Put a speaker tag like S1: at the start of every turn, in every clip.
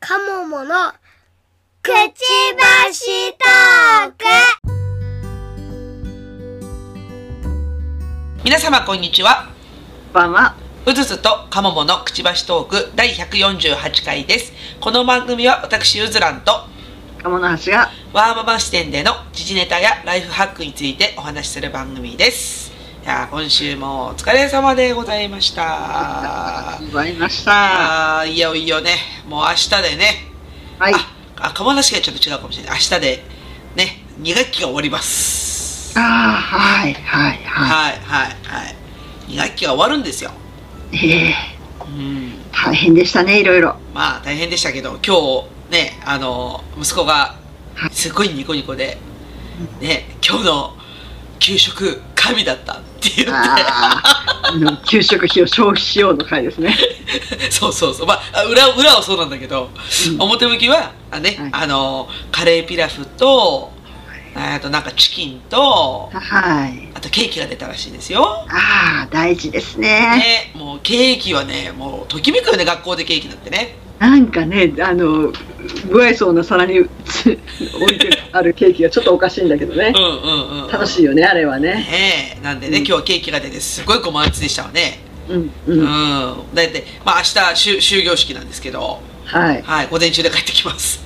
S1: カモモのくちばしトーク
S2: 皆様こんにちは
S3: ばんは。
S2: うずずとかもものくちばしトーク第148回ですこの番組は私うずらんと
S3: 鴨の橋が、
S2: ワーママ視点での時事ネタやライフハックについてお話しする番組ですいやー今週もお疲れ様でございました
S3: ございました。
S2: あーいよいよねもう明日でね
S3: はい。
S2: ああかもなしがちょっと違うかもしれない明日でね2学期が終わります
S3: あーはい、はい、は
S2: はいはいはい2学期が終わるんですよ
S3: い。ええ
S2: うん
S3: 大変でしたね、いろいろ。
S2: まあ大変でしたけど今日ねあの息子が
S3: はい
S2: すごいニコニコで、ね、今日の給食神だったって 言っ
S3: あーあの、給食費を消費しようの回ですね。
S2: てそうそうそうまあ裏裏はそうなんだけど、
S3: うん
S2: 表向きはあね、
S3: はい
S2: あのカレーピラフとあとなんかチキンと
S3: はい。
S2: あとケーキが出たらしいですよ。
S3: ああ、大事ですね。
S2: ね、もうケーキはねもうときめくよね学校でケーキなんてね
S3: なんかね、あの、不愛想な皿につ置いてあるケーキがちょっとおかしいんだけどね
S2: う。んうんうん
S3: 楽しいよね、あれはね。
S2: ねえなんでね、
S3: うん
S2: 今日はケーキが出てすごいご満悦でしたわね
S3: うん、
S2: う
S3: うん。
S2: ん、だいたい、まあ、明日終終業式なんですけど、
S3: はい。
S2: はい、午前中で帰ってきます。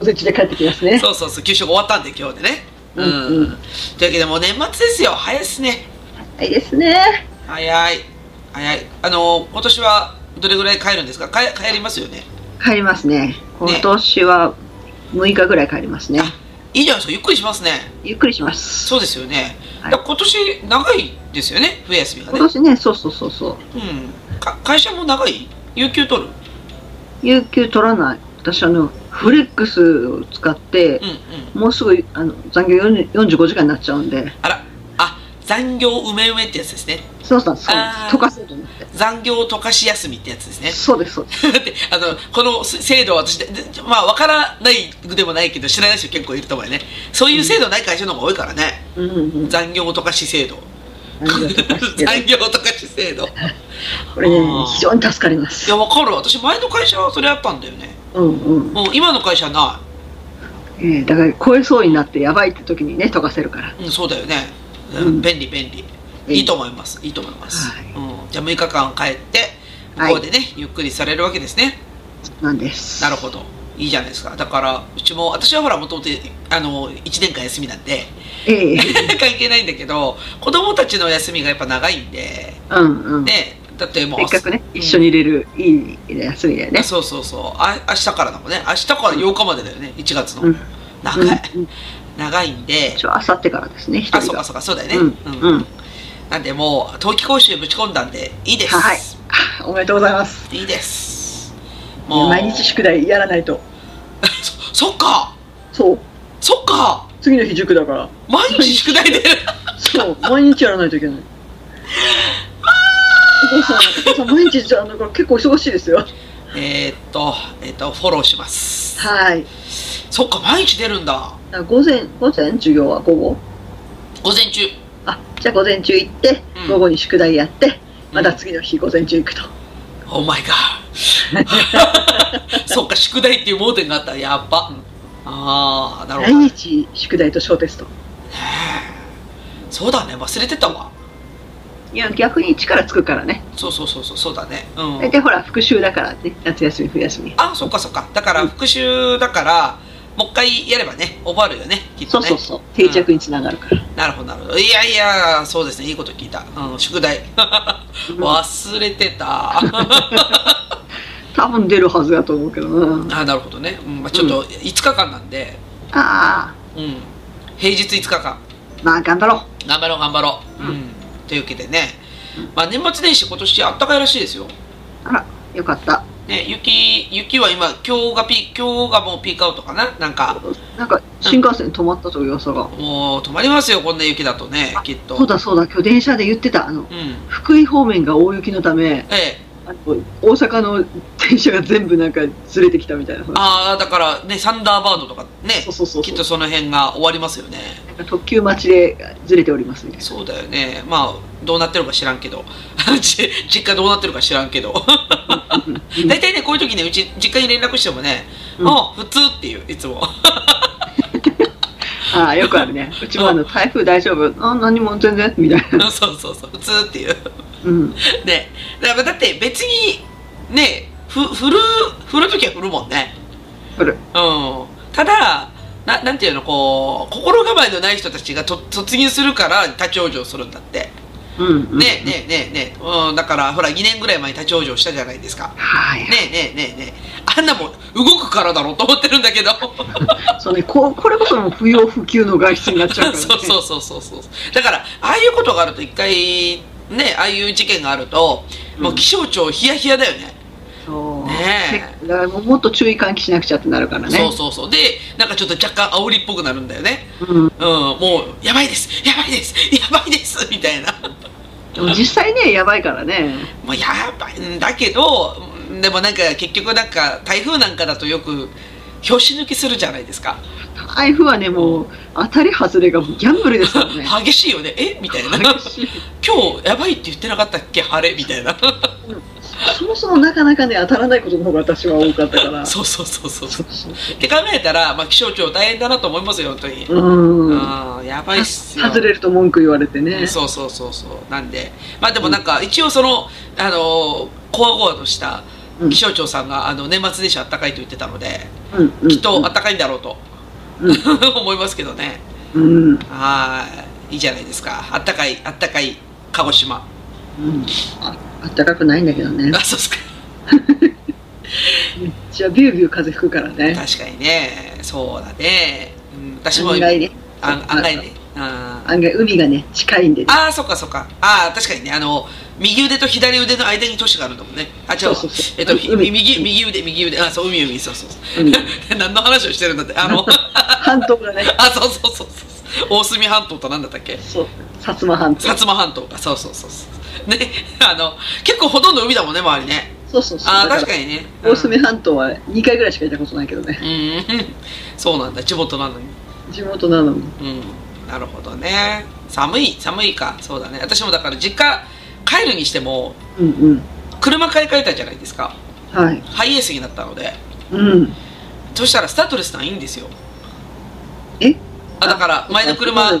S3: お、おせちで帰ってきますね。
S2: そうそうそう、給食終わったんで、今日でね。うん。
S3: うんう
S2: とい
S3: ん
S2: うわけで、もう年末ですよ、早いですね。
S3: はいですね。
S2: 早い。早い。あのー今年はどれぐらい帰るんですか、かえ帰りますよね。
S3: 帰りますね。今年は6日ぐらい帰りますね。
S2: あ、いいじゃないですか、ゆっくりしますね。
S3: ゆっくりします。
S2: そうですよね。
S3: はい
S2: だから今年長いですよね、冬休みがね。
S3: 今年ね、そうそうそうそう。
S2: うん。か会社も長い。有給取る。
S3: 有給取らない。私あのフレックスを使って
S2: うん、うん。
S3: もうすぐあの残業40 45時間になっちゃうんで、
S2: あら、あ、残業うめうめってやつですね。
S3: そうそうそう
S2: あー
S3: 溶かそうと思って。
S2: 残業溶かし休みってやつですね。
S3: そうですそうです。
S2: だってあのこの制度は私ででまあわからないでもないけど知らない人結構いると思うよねそういう制度ない会社の方が多いからね、
S3: うんうん。
S2: 残業とかし制度
S3: 残業溶かして
S2: 残業とかし制度い
S3: これね
S2: あー
S3: 非常に助かります
S2: や。わかる私前の会社はそれあったんだよね
S3: うんうん。
S2: もう今の会社はな
S3: えーだから超えそうになってやばいって時にね溶かせるから。
S2: い、うん、そうだよね、うん
S3: うん
S2: 便利便利
S3: 利
S2: いいと思いますいいと思います、
S3: はい
S2: うん、じゃあ6日間帰って向こうでね、ゆっくりされるわけですね
S3: なんです。
S2: なるほどいいじゃないですかだからうちも私はほらもともとあの1年間休みなんで
S3: ええ
S2: 関係ないんだけど子供たちの休みがやっぱ長いんで
S3: うんうん。
S2: ねだってもう
S3: せっかくね一緒に入れるいい休みだよね。
S2: そうそうそうあ明日からだもんね明日から8日までだよね1月の、
S3: うん
S2: 長い、
S3: うんうん
S2: 長いんで
S3: 一応あさってからですね、一
S2: あ
S3: 人
S2: そう
S3: が
S2: か。そうかそうだよね
S3: うんうん
S2: なんでもう冬季講習ぶち込んだんでいいです、
S3: はい。あおめでとうございます。
S2: いいですもう
S3: 毎日宿題やらないと。
S2: そそっか
S3: そう。
S2: そっか
S3: 次の日塾だから。
S2: 毎日宿題で
S3: そう。毎日やらないといけない。お父さん、お父さん毎日じゃあ、だから結構忙しいですよ。
S2: えーっとえーっとフォローします
S3: はい。
S2: そっか毎日出るんだ
S3: だから午前、午前授業は午後
S2: 午前中
S3: あ、じゃあ午前中行って
S2: うん、
S3: 午後に宿題やって、ま
S2: う
S3: た
S2: ん
S3: 次の日午前中行くと。
S2: お前が そっか宿題っていう盲点があったやっばああなるほ
S3: 毎
S2: どね
S3: 日宿題と小テスト。
S2: えそうだね忘れてたわ
S3: いや、逆に力つくからね。
S2: そうそうそうそうそうだねう
S3: 大
S2: ん
S3: 体ほら、復習だからね。夏休み、冬休み。
S2: あそっかそっかだから
S3: うん
S2: 復習だからもう一回やればね覚わるよねきっと
S3: そう
S2: ね
S3: そうそう。定着につながるから。
S2: なるほどなるほどいやいやそうですねいいこと聞いた、うん、宿題忘れてた あ
S3: 多分出るはずだと思うけどな。
S2: なるほどね、うんまあ、ちょっと5日間なんで、
S3: ああ、
S2: うん、平日5日間
S3: まあ頑張ろう。
S2: 頑張ろう頑張ろう、
S3: うん
S2: というわけでね、まあ、年末年始今年あったかいらしいですよ、
S3: あら、よかった。
S2: ね、雪雪は今今日がピ今日がもうピークアウトかななんか
S3: なんか新幹線止まったという噂が。
S2: もう止まりますよこんな雪だとねきっと
S3: そうだそうだ、今日電車で言ってた。あの、
S2: うん
S3: 福井方面が大雪のため、
S2: ええ
S3: あの大阪の電車が全部なんかずれてきたみたいな話。
S2: ああだからねサンダーバードとかね
S3: そうそうそうそう。
S2: きっとその辺が終わりますよね
S3: なん特急待ちでずれておりますみたいな
S2: そうだよねまあどうなってるか知らんけど じ実家どうなってるか知らんけど 大体ねこういう時ねうち実家に連絡してもね「
S3: うん
S2: あ普通」っていういつも
S3: ああよくある ねうちもあの台風大丈夫あ何も全然みたい な
S2: そうそうそう「普通」っていう
S3: うん
S2: ねだからだって別にねふ振る振る時は振るもんね
S3: こ
S2: う
S3: れ
S2: んただななんていうのこう心構えのない人たちがと突入するから立ち往生するんだって
S3: うんうん
S2: ねえねえねえねえ、うん、だからほら2年ぐらい前に立ち往生したじゃないですか
S3: はい
S2: ねえねえねえねえあんなもん動くからだろうと思ってるんだ けど
S3: そうねここれこそもう不要不急の外出になっちゃうから、ね、
S2: そうそうそうそうそうだからああいうことがあると一回ねああいう事件があるともう気象庁ヒヤヒヤだよね、
S3: そう
S2: ね
S3: だからもうもっと注意喚起しなくちゃってなるからね
S2: そうそうそうでなんかちょっと若干煽りっぽくなるんだよね
S3: うん、
S2: うんもうやばいですやばいですやばいですみたいな
S3: でも実際ねやばいからね
S2: もうやばいんだけどうんでもなんか結局なんか台風なんかだとよく拍子抜きするじゃないですか
S3: 台風はねもう当たり外れがギャンブルですから ね
S2: 激しいよねえみたいな
S3: 激しい
S2: 今日やばいって言ってなかったっけ晴れみたい な
S3: そもそもなかなかね当たらないことの方が私は多かったか ら
S2: そうそうそうそう
S3: そ
S2: そう
S3: うそう
S2: って考えたら、まあ、気象庁大変だなと思いますよ本当に、
S3: そううん
S2: あーやばいっすよ
S3: 外れると文句言われてね
S2: そうそうそうそうなんでまあでもなんか一応そのあのこわごわとした
S3: うん
S2: 気象庁さんがあの年末年始あったかいと言ってたので、
S3: うんうん
S2: きっとあったかいんだろうと、
S3: う
S2: 思いますけどね
S3: うん
S2: はいいいじゃないですかあったかいあったかい鹿児島
S3: うんああったかくないんだけどね
S2: あそうっすか
S3: めっちゃビュービュー風吹くからね
S2: 確かにねそうだね、うん、私も
S3: 案外ね
S2: あ案外ねあ
S3: 案外海がね近いんでね
S2: あーそっかそっかああ確かにねあの右腕と左腕の間に都市があるんだもんねあ違うわ
S3: そうそうそう
S2: えっとひ
S3: 海
S2: 右右腕右腕あそう海海そうそうそう
S3: 海
S2: 何の話をしてるんだってあ の
S3: 半島がね
S2: あそうそうそうそう大隅半島と何だったっけ
S3: そう薩摩半島
S2: 薩摩半島かそうそうそうそうねあの結構ほとんど海だもんね周りね
S3: そうそうそう
S2: ああ
S3: だら
S2: 確かにね
S3: 大隅半島は2回ぐらいしか行ったことないけどね
S2: うんうんそうなんだ地元なのに
S3: 地元なのに
S2: うんなるほどね寒い寒いかそうだね私もだから実家帰るにしても
S3: うんうん
S2: 車買い替えたじゃないですか
S3: はい
S2: ハイエースになったので
S3: うん
S2: そしたらスタッドレスなんいいんですよ
S3: え
S2: あだから前の車
S3: うんうん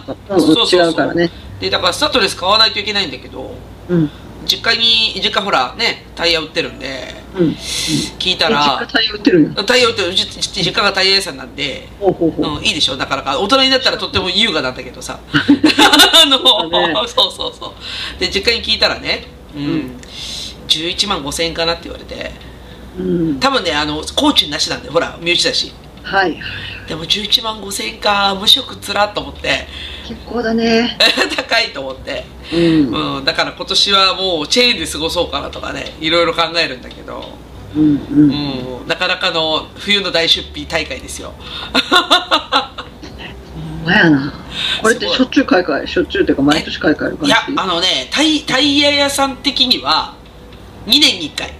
S3: 違うからね
S2: でだからスタッドレス買わないといけないんだけど
S3: うん
S2: 実家に実家ほらねタイヤ売ってるんで
S3: うん
S2: 聞いた
S3: 実家
S2: ら
S3: 対応売ってるんや
S2: タイヤ売ってるうちうち実家がタイヤ屋さんなんで、
S3: ほうほうほう、
S2: うん、いいでしょなかなか大人になったらとっても優雅なんだけどさ あの
S3: そうだね
S2: そうそうそうで実家に聞いたらねうん、
S3: うん
S2: 11万5000円かなって言われて
S3: うん
S2: 多分ねあの高知なしなんでほら身内だし
S3: はい
S2: でも11万5000円か無職つらっと思って
S3: 結構だね
S2: 高いと思って、
S3: うん
S2: うん、だから今年はもうチェーンで過ごそうかなとかねいろいろ考えるんだけど、
S3: うんう
S2: うんん、なかなかの冬の大出費大会ですよ
S3: ほんまやなこれって
S2: すごい
S3: しょっちゅう買い替えしょっちゅうっていうか毎年買い替える
S2: いや
S3: 感じ
S2: あのねタイタイヤ屋さん的には2年に1回、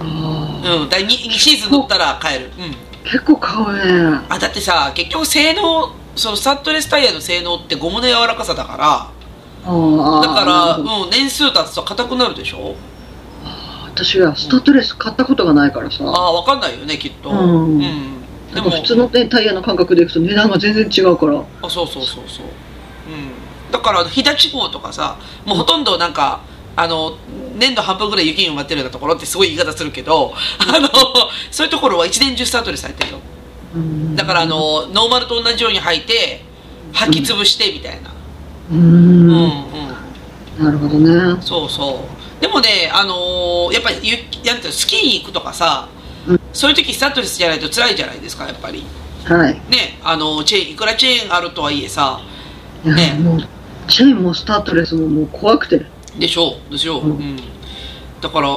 S3: あ
S2: うん、だ 2, シーズン乗ったら買える、うん、
S3: ー結構買うね
S2: あだってさ結局性能そのサットレスタイヤの性能ってゴムの柔らかさだか
S3: あ
S2: ら
S3: あ
S2: だから、
S3: なるほど
S2: うん、年数経つと硬くなるでしょ
S3: 私はスタッドレス買ったことがないからさ
S2: ああ分かんないよねきっと、
S3: うん
S2: で
S3: なん
S2: も
S3: か普通のねタイヤの感覚でいくと値段が全然違うから
S2: あそうそうそうそううんだから日立号とかさもうほとんどなんかあの年度半分ぐらい雪に埋まってるようなところってすごい言い方するけどあのそういうところは一年中スタートレスされてるよだからあのノーマルと同じように履いて履き潰してみたいな
S3: う
S2: うん
S3: ん
S2: うん、
S3: なるほどね
S2: そうそうでもねあのやっぱり雪なんていうのスキーに行くとかさ
S3: うん
S2: そういう時スタートレスじゃないと辛いじゃないですかやっぱり
S3: はい
S2: ねあのチェーンいくらチェーンあるとはいえさ
S3: いや
S2: ね
S3: もうチェーンもスタッドレスももう怖くて
S2: でしょうでしょう、う
S3: うんん
S2: だから、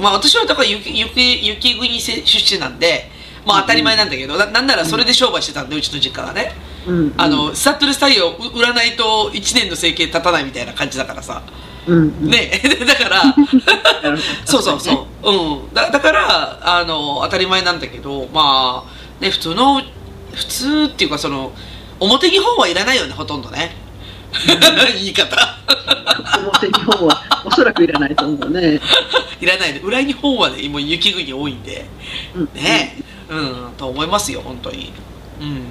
S2: まあ、私はだから雪雪雪国せ出身なんで、まあ、当たり前なんだけど、ななんならそれで商売してたんでうちの実家がね、
S3: うん
S2: あのスタッドレスタイヤを売売らないと1年の生計立たないみたいな感じだからさ、
S3: うん
S2: ね だ から
S3: なるほど
S2: そうそうそう、うん、だだからあの当たり前なんだけどまあね普通の普通っていうかその表日本はいらないよねほとんどね 言い方
S3: 表日本はおそらくいらないと思うね。
S2: いらないで裏日本はねもう雪国多いんで
S3: うん、
S2: ねうん、と思いますよ本当にうん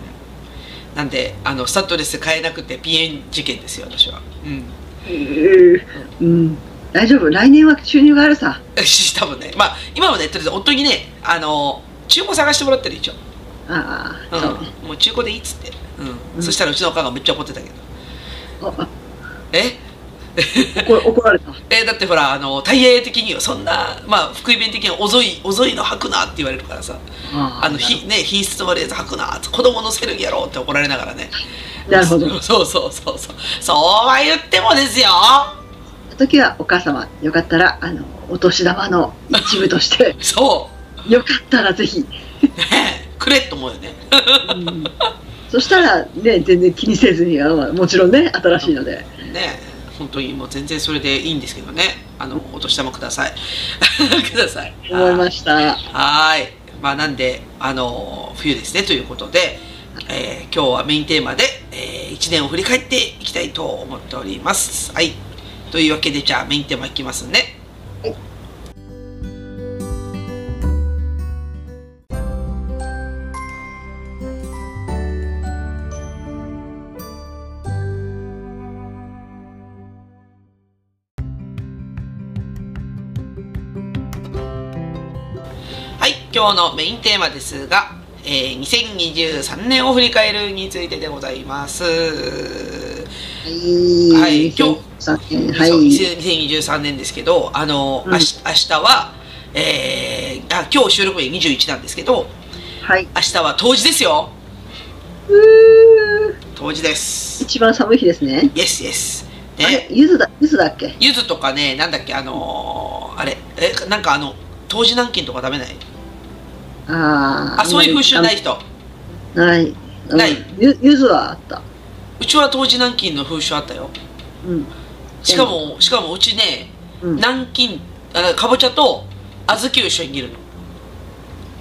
S2: なんであのスタッドレス買えなくてピエン事件ですよ私はうん
S3: えーうん、大丈夫。来年は収入があるさ。
S2: し多分ねまあ今はねとりあえず夫にねあの中古探してもらってる一応、
S3: ああ、そうね。
S2: うん、もう中古でいいっつって、うん
S3: うん
S2: そしたらうちのおかんがめっちゃ怒ってたけど
S3: ああ
S2: え
S3: 怒怒られた。
S2: えだってほらあの大英的にはそんなまあ福井弁的には遅い遅いの履くなって言われるからさ
S3: あ
S2: あのひね品質の悪いやつ履くな子供のせるんやろって怒られながらね
S3: なるほ ど。
S2: そうそうそうそうそうは言ってもですよ
S3: 時はお母様よかったらあのお年玉の一部として
S2: そ
S3: よかったらぜひ、
S2: うねえくれと思うよね
S3: うんそしたらね全然気にせずにあのもちろんね新しいので
S2: ね本当にもう全然それでいいんですけどねあのお年玉ください ください
S3: 思いました
S2: はーいまあなんであの冬ですねということで、えー今日はメインテーマで、え1年を振り返っていきたいと思っておりますはいというわけでじゃあメインテーマいきますねはい、今日のメインテーマですが、えー2023年を振り返るについてでございます。
S3: はい
S2: はい今日
S3: さは
S2: そう
S3: い
S2: 2023年ですけど、あの、
S3: うん
S2: あし明日は、えーあ、今日収録日21なんですけど、
S3: はい
S2: 明日は冬至ですよ。
S3: うー
S2: 冬至です。
S3: 一番寒い日ですね
S2: イエスイエス。
S3: あれ
S2: ね、
S3: ゆずだゆずだっけ
S2: ゆずとかね、なんだっけ、あのーあれ、え、なんかあの、冬至軟禁とか食べない
S3: あー
S2: あ、そういう風習ない人。
S3: ないうん
S2: ない
S3: ゆゆずはあった
S2: うちは冬至軟禁の風習あったよ。
S3: うん
S2: しかも、しかもうちね、
S3: うん
S2: 南京あかぼちゃと小豆を一緒に煮るの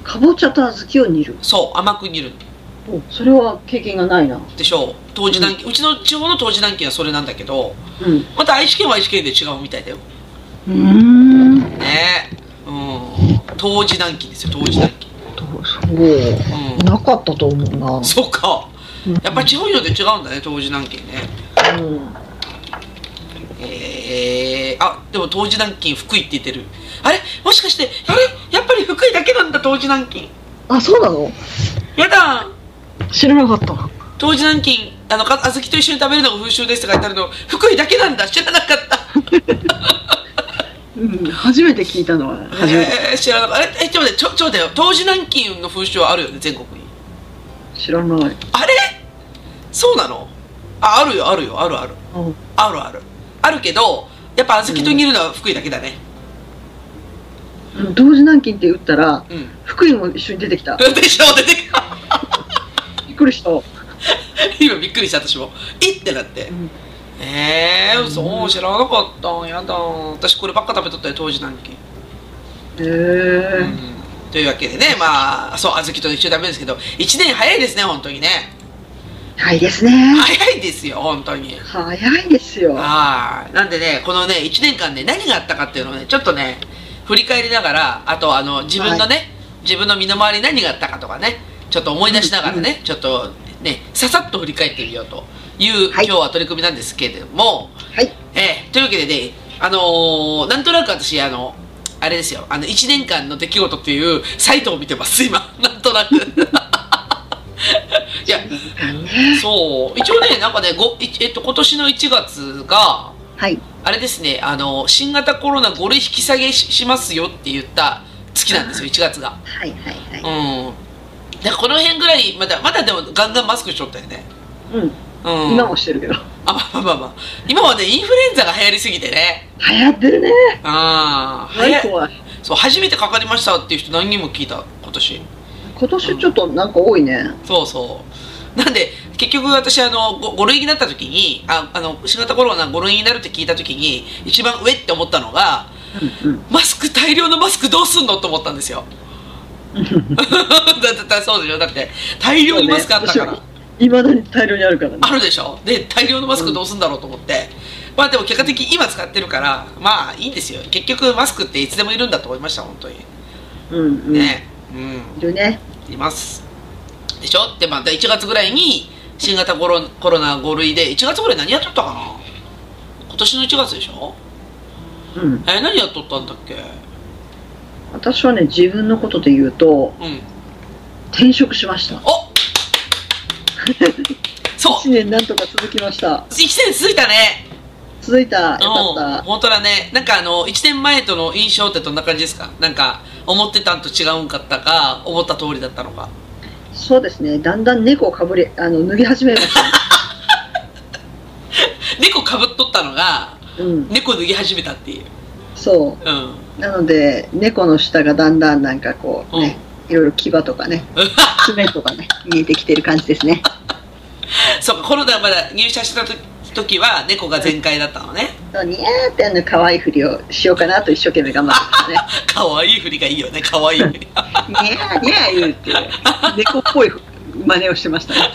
S3: かぼちゃと小豆を煮る
S2: そう甘く煮るの
S3: おそれは経験がないな
S2: でしょう当時南京、うちの地方の当時南京はそれなんだけど
S3: うん
S2: また愛知県は愛知県で違うみたいだよ
S3: うーん
S2: ねえうん当時南京ですよ当時南京
S4: そう
S2: うん
S4: なかったと思うな。
S2: そっか
S4: うん
S2: やっぱ地方によって違うんだね当時南京ね
S4: うん
S2: えー、あでも当時南京福井って言ってるあれもしかしてあれやっぱり福井だけなんだ当時南京
S4: あ、そうなの
S2: やだ
S4: 知らなかった。
S2: 当時南京あのか小豆と一緒に食べるのが風習ですって書いてあるの福井だけなんだ知らなかった
S3: うん、初めて聞いたのは初めて
S2: えー、知らなかったあれえちょっと待ってちょちょっと待ってよ当時南京の風習はあるよね全国に
S3: 知らない
S2: あれそうなのああるよあるよあるあるあるあるあるけどやっぱ小豆と煮るのは福井だけだね
S3: うん同時南京って打ったら
S2: うん、
S3: 福井も一緒に出てきた
S2: でしょ出てきた
S3: びっくりした
S2: 今びっくりした私もえってなって、
S3: ん
S2: えー、そう知らなかったやだ私こればっか食べとったよ当時南京
S3: へえ
S2: というわけでねまあそう小豆と一緒に食べるんですけど1年早いですね本当にね
S3: 早いですね
S2: 早いですよ本当に
S3: 早いですよ
S2: ああなんでねこのね1年間ね何があったかっていうのをねちょっとね振り返りながらあとあの自分のね、自分の身の回りに何があったかとかねちょっと思い出しながらね、ちょっとねささっと振り返ってみようという、
S3: はい
S2: 今日は取り組みなんですけれども
S3: はい
S2: ええというわけでね、あのーなんとなく私、あの、あれですよ、あの、1年間の出来事っていうサイトを見てます、今。 なんとなく。いや、そう。一応ね、なんかね、ごいえっと、今年の1月が、
S3: はい
S2: あれですね、あの、新型コロナ5類引き下げししますよって言った月なんですよ、1月が。
S3: はいはいはい
S2: うん。だからこの辺ぐらい、まだ、まだでもガンガンマスクしとったよね。
S3: うん
S2: うん。
S3: 今もしてるけど
S2: あ、まあまあまあ。今はね、インフルエンザが流行りすぎてね。
S3: 流行ってるね
S2: ああ、は
S3: はい
S2: や
S3: 怖い
S2: そう初めてかかりましたっていう人何人も聞いた今年
S3: 今年ちょっとなんか多いね
S2: そうそうなんで結局私あの 5, 類になった時にああの新型コロナ5類になるって聞いた時に一番上って思ったのが
S3: うんうん
S2: マスク大量のマスクどうすんのと思ったん ですよだってだってそうでしょだって大量にマスクあったから、
S3: そうね私もいまだに大量にあるからね。
S2: あるでしょで大量のマスクどうすんだろうと思って、まあでも結果的に今使ってるからまあいいんですよ結局マスクっていつでもいるんだと思いました本当に
S3: うんうん。
S2: ねうん、
S3: いるね。
S2: いますでしょでまた1月ぐらいに新型コロコロナ5類で1月ぐらい何やっとったかな今年の1月でしょ
S3: うん。
S2: え何やっとったんだっけ
S3: 私はね、自分のことで言うと、
S2: うん
S3: 転職しました。
S2: おそう
S3: 1年なんとか続きました。
S2: 1年続いたね
S3: 続いた。よか
S2: うん
S3: っ
S2: 本当だねなんかあの1年前との印象ってどんな感じですかなんか思ってたんと違うんかったか思った通りだったのか
S3: た。そうですね。だんだん猫をかぶり、あの、脱ぎ始めまし
S2: 猫かぶっとったのが
S3: た。うん。
S2: 猫脱ぎ始めたっていう
S3: そ
S2: うん
S3: う。なので、猫の下がだんだんなんかこう、ね、いろいろ牙とかね、爪とかね、見えてきてる感じですね。
S2: そうかコロナまだ入社した時時は猫が全開だったのね
S3: にゃーってあの、可愛いふりをしようかなと一生懸命頑張ってたね。
S2: 可愛い振りがいいよね可 愛い振り
S3: にゃーにゃー言うって、猫っぽい真似をしてましたね。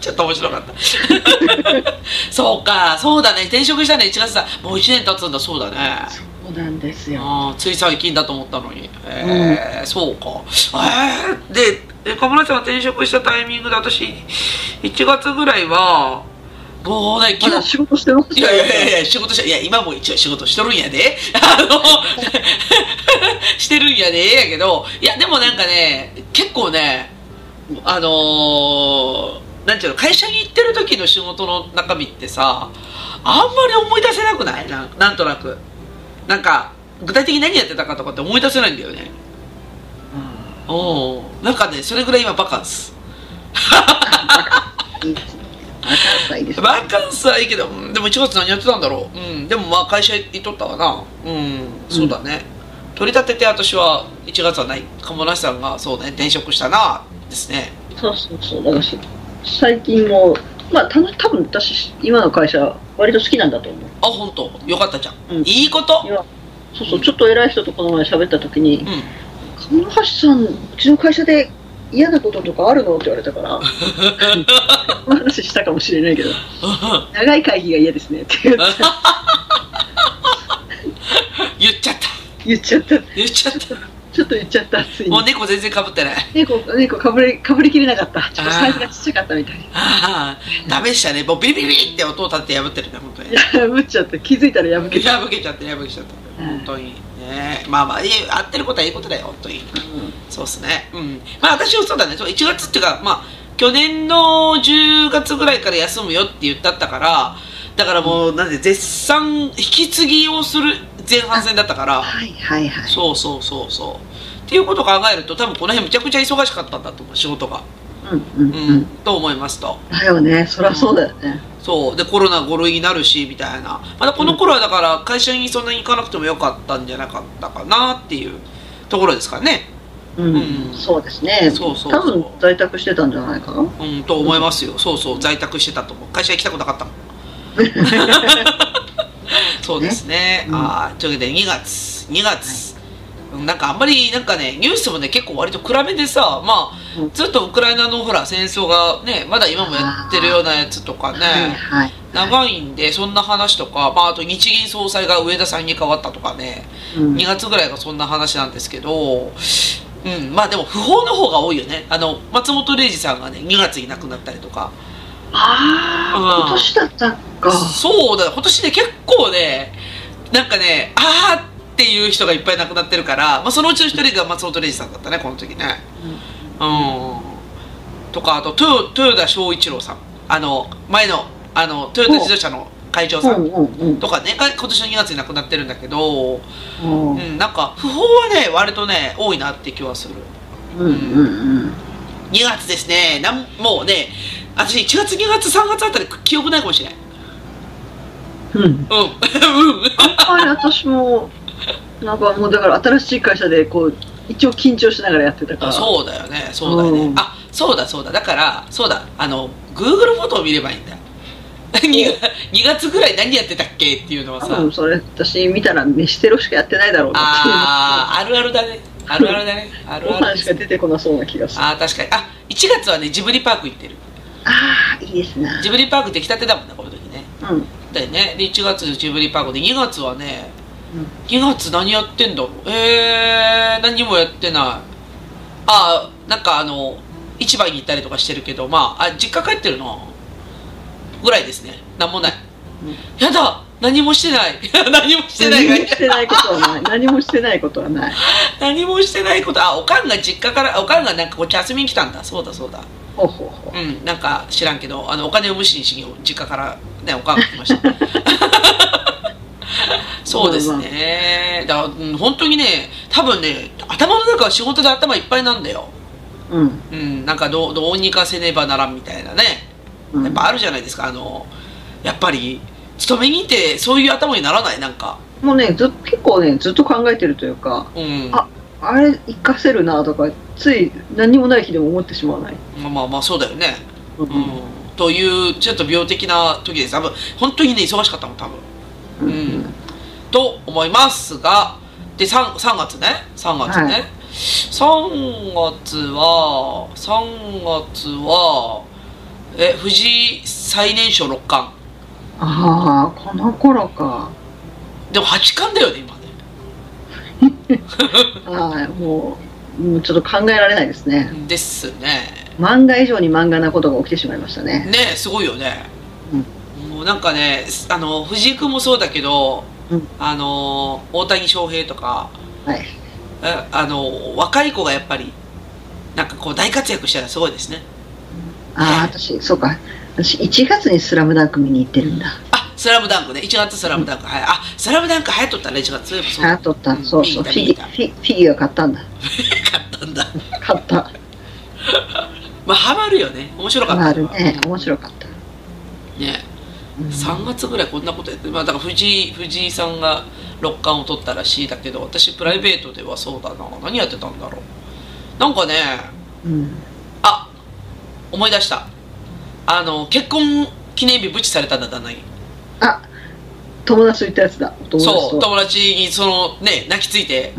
S2: ちょっと面白かった そうかそうだね転職したね1月だもう1年経つんだそうだね
S3: そうなんですよ。
S2: あーつい最近だと思ったのに、えーそうかえー、でえ小村さんが転職したタイミングで私1月ぐらいはもうね
S3: ま
S2: 基
S3: だ
S2: 本
S3: 仕事してます
S2: いやいやいやいや仕事しいや今も一応仕事しとるんやであの してるんやでええやけどいやでもなんかね結構ねあのーなんていうの会社に行ってる時の仕事の中身ってさあんまり思い出せなくないなんなんとなくなんか具体的に何やってたかとかって思い出せないんだよねおなんかねそれぐらい今バカンス
S3: いいですね若いですね
S2: バカンスはいいけど、うんでも1月何やってたんだろう、うん、でもまあ会社行っとったわなうんそうだね、取り立てて私は1月はない鴨梨さんがそうね転職したなですね
S3: そうそうそう。だからし最近も、まあ、た多分私、今の会社、割と好きなんだと思う。
S2: あ本当よかったじゃん、
S3: うん
S2: いいこと
S3: いやそうそう、ちょっと偉い人とこの前喋った時
S2: う
S3: に、
S2: ん
S3: 鴨橋さん、うちの会社で嫌なこととかあるのって言われたから、この話したかもしれないけど、長い会議が嫌ですねって言っ
S2: 言っちゃった
S3: 言っちゃった。
S2: 言っちゃった
S3: ちょっと言っちゃった、つい
S2: もう
S3: に。
S2: 猫全然かぶってない
S3: 猫、猫かぶれ、かぶりきれなかった。ちょっとサイズがちっちゃかったみたいに。
S2: ああダメでしたねもうビリビリビリって音を立てて破ってるね本当に
S3: 破っちゃって、気づいたら破けちゃっ
S2: 破けちゃって破けちゃった
S3: うん
S2: 本当にねまあまあいい合ってることはいいことだよ本当に
S3: た。うん
S2: そうですね。うん。まあ私はそうだね。そう1月っていうか、まあ、去年の10月ぐらいから休むよって言ったったから、だからもう、なんで、絶賛引き継ぎをする前半戦だったから、
S3: はいはいはい。
S2: そうそうそうそう。っていうことを考えると、多分この辺むちゃくちゃ忙しかったんだと思う、仕事が。
S3: うんうん
S2: う
S3: うんん。。
S2: と思いますと。
S3: だよね、そりゃそうだよね。
S2: そう。で、コロナ5類になるし、みたいな。まだこの頃はだから、会社にそんなに行かなくてもよかったんじゃなかったかなっていうところですかね。
S3: うん、
S2: うん
S3: そうですね。
S2: そうそうそう
S3: 多分在宅してたんじゃないかな。
S2: うん、と思いますよ。そうそう、在宅してたと思う。会社行きたくなかったもん。 そうですね。
S3: うん
S2: ああ、というわけで2月、2月。うんなんかあんまり、なんかね、ニュースもね、結構割と暗めでさ、まあ、
S3: うん
S2: ずっとウクライナのほら、戦争がね、まだ今もやってるようなやつとかね、
S3: はいはい。
S2: 長いんで、そんな話とか、まあ、あと日銀総裁が上田さんに変わったとかね、
S3: うん
S2: 2月ぐらいがそんな話なんですけど、うん、まあでも不法の方が多いよね。あの、松本零士さんがね、2月に亡くなったりとか。
S3: ああ、
S2: うん
S3: 今年だったか。
S2: そうだ、今年ね、結構ね、なんかね、あーっていう人がいっぱい亡くなってるから、まあそのうちの一人が松本零士さんだったね、この時ね。うん。とか、あと、豊豊田章一郎さん。あの、前の、あの、トヨタ自動車の会長
S3: う
S2: さ
S3: ん
S2: ん。
S3: うんうん
S2: とかね、が今年の2月に亡くなってるんだけど、
S3: うん
S2: うん、なんか不法はね割とね多いなって気はする
S3: うんうん
S2: 2月ですねなんもうね私1月2月3月あたり記憶ないかもしれない
S3: うん。う
S2: うん
S3: ん。
S2: うん
S3: あんまり私も、なんかもうだから新しい会社でこう、一応緊張しながらやってたから。
S2: あそうだよねそうだよね、
S3: うん
S2: あそうだそうだだからそうだあの Google フォトを見ればいいんだ 2, 月ぐらい何やってたっけっていうのは
S3: 多
S2: さ
S3: 分それ私見たら飯テロしかやってないだろうなっていう
S2: あーあるあるだねあるあるだねあ
S3: ご
S2: るあ
S3: 飯
S2: る
S3: しか出てこなそうな気がする
S2: あー確かにあ1月はねジブリパーク行ってる
S3: ああ、いいですな。
S2: ジブリパーク出来たてだもんね、この時ね。
S3: うん。うん。
S2: だよね。で、1月ジブリパークで、2月はね、2月何やってんだろうえー、何もやってない。あー、なんかあの、市場に行ったりとかしてるけど、まあ、あ、実家帰ってるな。ぐらいですね。何もない。やだ何もしてない 何もしてない
S3: 何もしてないことはない。何もしてないことはない。
S2: 何もしてないことあおかんが実家からおかんがなんかこっち遊びに来たんだそうだそうだ
S3: ほうほうほう。
S2: うんなんか知らんけどあのお金を無視にしに実家からねおかんが来ました そうですねだから、うん、本当にね多分ね頭の中は仕事で頭いっぱいなんだよ
S3: うん。
S2: うんなんかどうどうにかせねばならんみたいなね
S3: うん
S2: やっぱあるじゃないですかあのやっぱり勤めにいてそういう頭にならないなんか
S3: もうね、ず結構ね、ずっと考えてるというか、
S2: うん
S3: ああれ、活かせるなとか、つい何もない日でも思ってしまわない。
S2: まあまあまあそうだよね、
S3: う
S2: うん。というちょっと病的な時です多分本当にね忙しかったもん多分
S3: う
S2: うんん。と思いますがで 3, 3月ね3月ね、
S3: はい
S2: 3月は3月はえ藤井最年少六冠
S3: ああ、この頃か。
S2: でも八冠だよね今ね
S3: ああ、もう、もうちょっと考えられないですね。
S2: ですね
S3: 漫画以上に漫画なことが起きてしまいましたね。
S2: ねすごいよね、もうなんかねあの藤井君もそうだけど、
S3: うん
S2: あの大谷翔平とか
S3: はい。
S2: えあの若い子がやっぱりなんかこう大活躍したらすごいですね
S3: ああ、私、そうか。私、1月にスラムダンク見に行ってるんだ。
S2: あスラムダンクね1月スラムダンク、はいあスラムダンク流行っとったね1月そういえばそう
S3: あ、撮った。そうそう。
S2: 見
S3: フ
S2: た
S3: ィギ
S2: 見
S3: フ
S2: た
S3: ィフィギュア買ったんだ。
S2: 買ったんだ
S3: 買った。
S2: まあハマるよね面白かった
S3: あるね。面
S2: い
S3: 白かった。
S2: ね
S3: うん
S2: 3月ぐらいこんなことやってまあだから藤井藤井さんが六冠を取ったらしいだけど私プライベートではそうだな何やってたんだろうなんかね
S3: うん。
S2: あ思い出したあの結婚記念日ブチされたんだ旦那に
S3: あ友達と行ったやつだ友達と
S2: そう友達にそのね泣きついて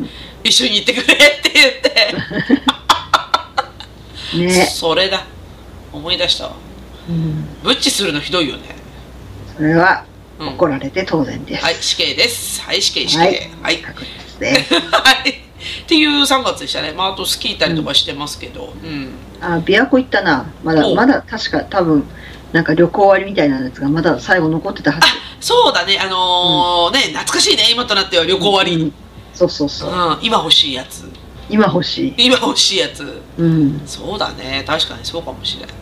S2: 一緒に行ってくれって言って、
S3: ね
S2: それだ思い出したわ
S3: うん、
S2: ブッチするのひどいよね
S3: それは
S2: うん
S3: 怒られて当然です、
S2: はい死刑ですはい死刑死刑
S3: は
S2: はいいはい、
S3: 確認ですね
S2: っていう3月でしたねまああとスキー行ったりとかしてますけどうん、
S3: あ琵琶湖行ったなま
S2: お
S3: だ
S2: う
S3: まだ確か多分なんか旅行終わりみたいなやつがまだ最後残ってたはず
S2: そうだねあのーね懐かしいね今となっては旅行終わり、う
S3: うんんそうそうそう
S2: 今欲しいやつ
S3: 今欲しい
S2: 今欲しいやつ
S3: うん
S2: そうだね確かにそうかもしれない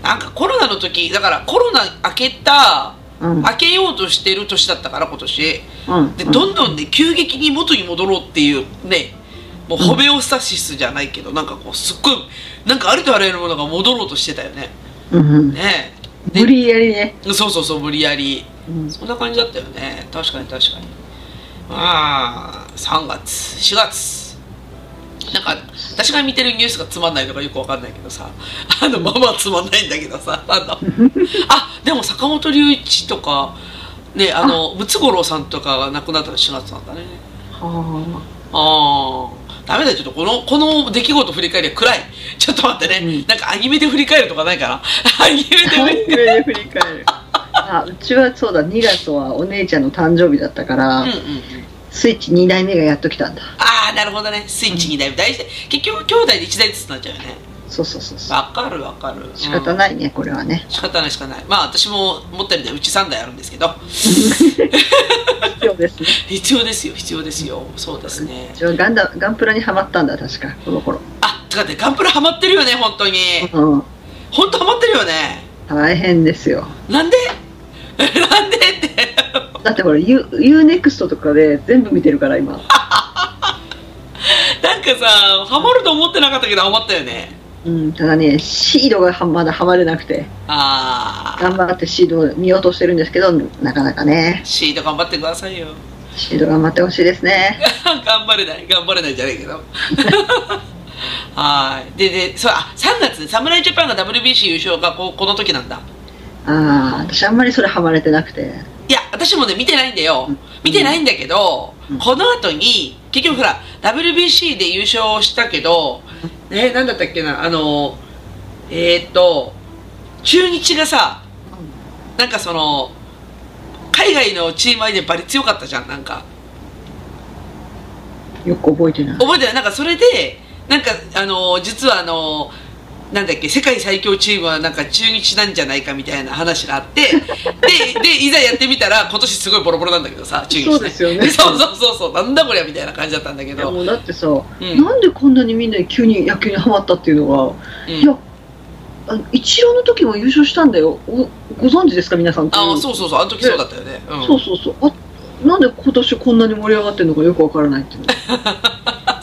S2: なんかコロナの時だからコロナ明けた
S3: うんうん
S2: 開けようとしてる年だったから今年
S3: うん
S2: でどんどんね急激に元に戻ろうっていうねもうホメオスタシスじゃないけどなんかこうすっごいなんかありとあらゆるものが戻ろうとしてたよね
S3: うんうん
S2: ね
S3: 無理やりね、
S2: えそうそうそう無理やり
S3: うん
S2: そんな感じだったよね確かに確かにまあ3月4月なんか私が見てるニュースがつまんないのかよくわかんないけどさあのまあまあつまんないんだけどさあ のあでも坂本龍一とかねあのムツゴロウさんとかが亡くなったの4月なんだね
S3: は
S2: ああダメだよちょっとこのこの出来事振り返りは暗いちょっと待ってね、
S3: うん
S2: なんかアニメで振り返るとかないかな アニメで
S3: あ
S2: 振り
S3: 上で振り返る あうちはそうだ2月はお姉ちゃんの誕生日だったから、
S2: うんうんうん
S3: スイッチ2代目がやっときたんだ
S2: ああなるほどねスイッチ2台大事結局兄弟で1台ずつになっちゃうよね
S3: そうそうそうそう
S2: わかるわかる
S3: 仕方
S2: い、
S3: ないね、これはね
S2: うん仕方ない仕方ないまあ私も持ってるんでうち3台あるんですけど
S3: 必要ですね
S2: 必要ですよ必要ですよそうですね
S3: 一応ガンダガンプラにはまったんだ確かこの頃
S2: あてかねガンプラハマってるよね本当に
S3: うん
S2: 本当ハマってるよね
S3: 大変ですよ
S2: なんで なんでって
S3: だってこれ U- UNEXT とかで全部見てるから 今
S2: なんかさハマると思ってなかったけどハマったよね
S3: うんただねシードがはまだはまれなくて
S2: ああ
S3: 頑張ってシードを見ようとしてるんですけどなかなかね
S2: シード頑張ってくださいよ
S3: シード頑張ってほしいですね
S2: 頑張れない頑張れないじゃないけど はいででそうあ3月侍ジャパンが WBC 優勝がこうこの時なんだ
S3: ああ私あんまりそれはまれてなくて
S2: いや私もね見てないんだよ
S3: うん
S2: 見てないんだけど、
S3: うん
S2: この後に結局ほら WBC で優勝したけど、ね、なんだったっけなあのえーっと中日がさなんかその海外のチーム相手バリ強かったじゃんなんか
S3: よく覚えてない。
S2: 覚えてないなんかそれでなんかあの実はあのなんだっけ世界最強チームはなんか中日なんじゃないかみたいな話があって ででいざやってみたら今年すごいボロボロなんだけどさ中日、
S3: そうですよ ね
S2: そうそうそうそうなんだこりゃみたいな感じだったんだけ
S3: いや
S2: ど、
S3: もうだってさ、
S2: うん
S3: なんでこんなにみんな急に野球にハマったっていうのが、
S2: うん
S3: いやあの一郎の時も優勝したんだよおご存知ですか皆さんってい
S2: あそうそうそうあの時そうだったよねうん
S3: そうそうそうあなんで今年こんなに盛り上がってるのかよくわからないっていうの、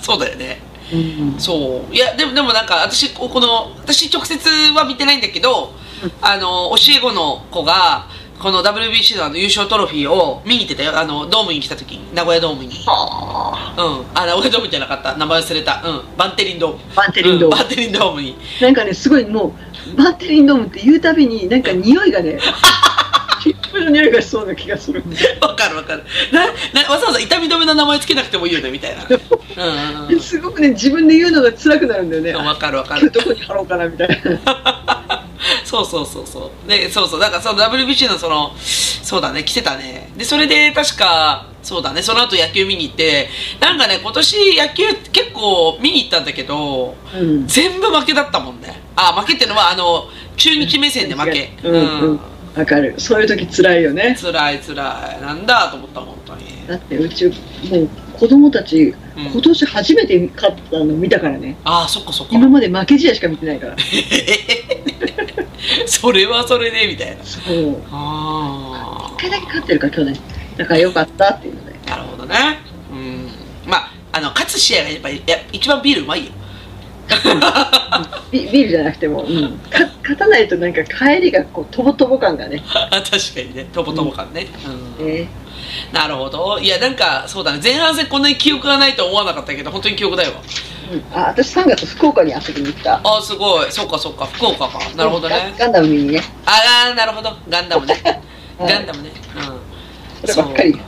S2: そうだよね
S3: うん
S2: そういやでもでもなんか私ここの私直接は見てないんだけど、
S3: うん
S2: あの教え子の子がこの WBC のあの優勝トロフィーを見に行ってたよあのドームに来た時に名古屋ドームにうん
S3: はあ
S2: あ名古屋ドームじゃなかった名前忘れたうんバンテリンドーム
S3: バンテリン
S2: う
S3: ドー
S2: ん
S3: ム、
S2: バンテリンドームに
S3: なんかねすごいもうバンテリンドームって言うたびになんか匂いがね切符の匂いがしそうな気がする
S2: わかるわかるななわざわざ痛み止めの名前つけなくてもいいよねみたいなうんうんうん
S3: すごくね自分で言うのが辛くなるんだよね
S2: うん わかるわか
S3: 今
S2: る
S3: 日どこに貼ろうかなみたいな
S2: そうそうそうそうでそうそうだからその WBC のそのそうだね来てたねでそれで確かそうだねその後野球見に行ってなんかね今年野球結構見に行ったんだけど
S3: うん
S2: 全部負けだったもんねあ負けってのはあの中日目線で負け
S3: うんうんわかるそういう時辛いよね
S2: つらいつらいなんだと思った本当に
S3: だってうちもう子供たち
S2: うん
S3: 今年初めて勝ったの見たからね
S2: ああそっかそっか
S3: 今まで負け試合しか見てないから
S2: それはそれでみたいな
S3: そう一
S2: あ
S3: 回だけ勝ってるから去年だからよかったっていうので
S2: あなるほどねうんまああの勝つ試合がやっぱりいや一番ビールうまいよ
S3: ビビールじゃなくても、うん、か勝たないとなんか帰りがこうとぼとぼ感がね
S2: あ確かにねとぼとぼ感ね、うん
S3: ね
S2: なるほどいやなんかそうだね前半戦こんなに記憶がないと思わなかったけど本当に記憶だよ
S3: うんあ私3月福岡に遊びに行った
S2: あーすごいそっかそっか福岡かなるほど
S3: ガン
S2: ね
S3: ガンダム見にね
S2: ああなるほどガンダムね、
S3: はい
S2: ガンダムね
S3: そればっかり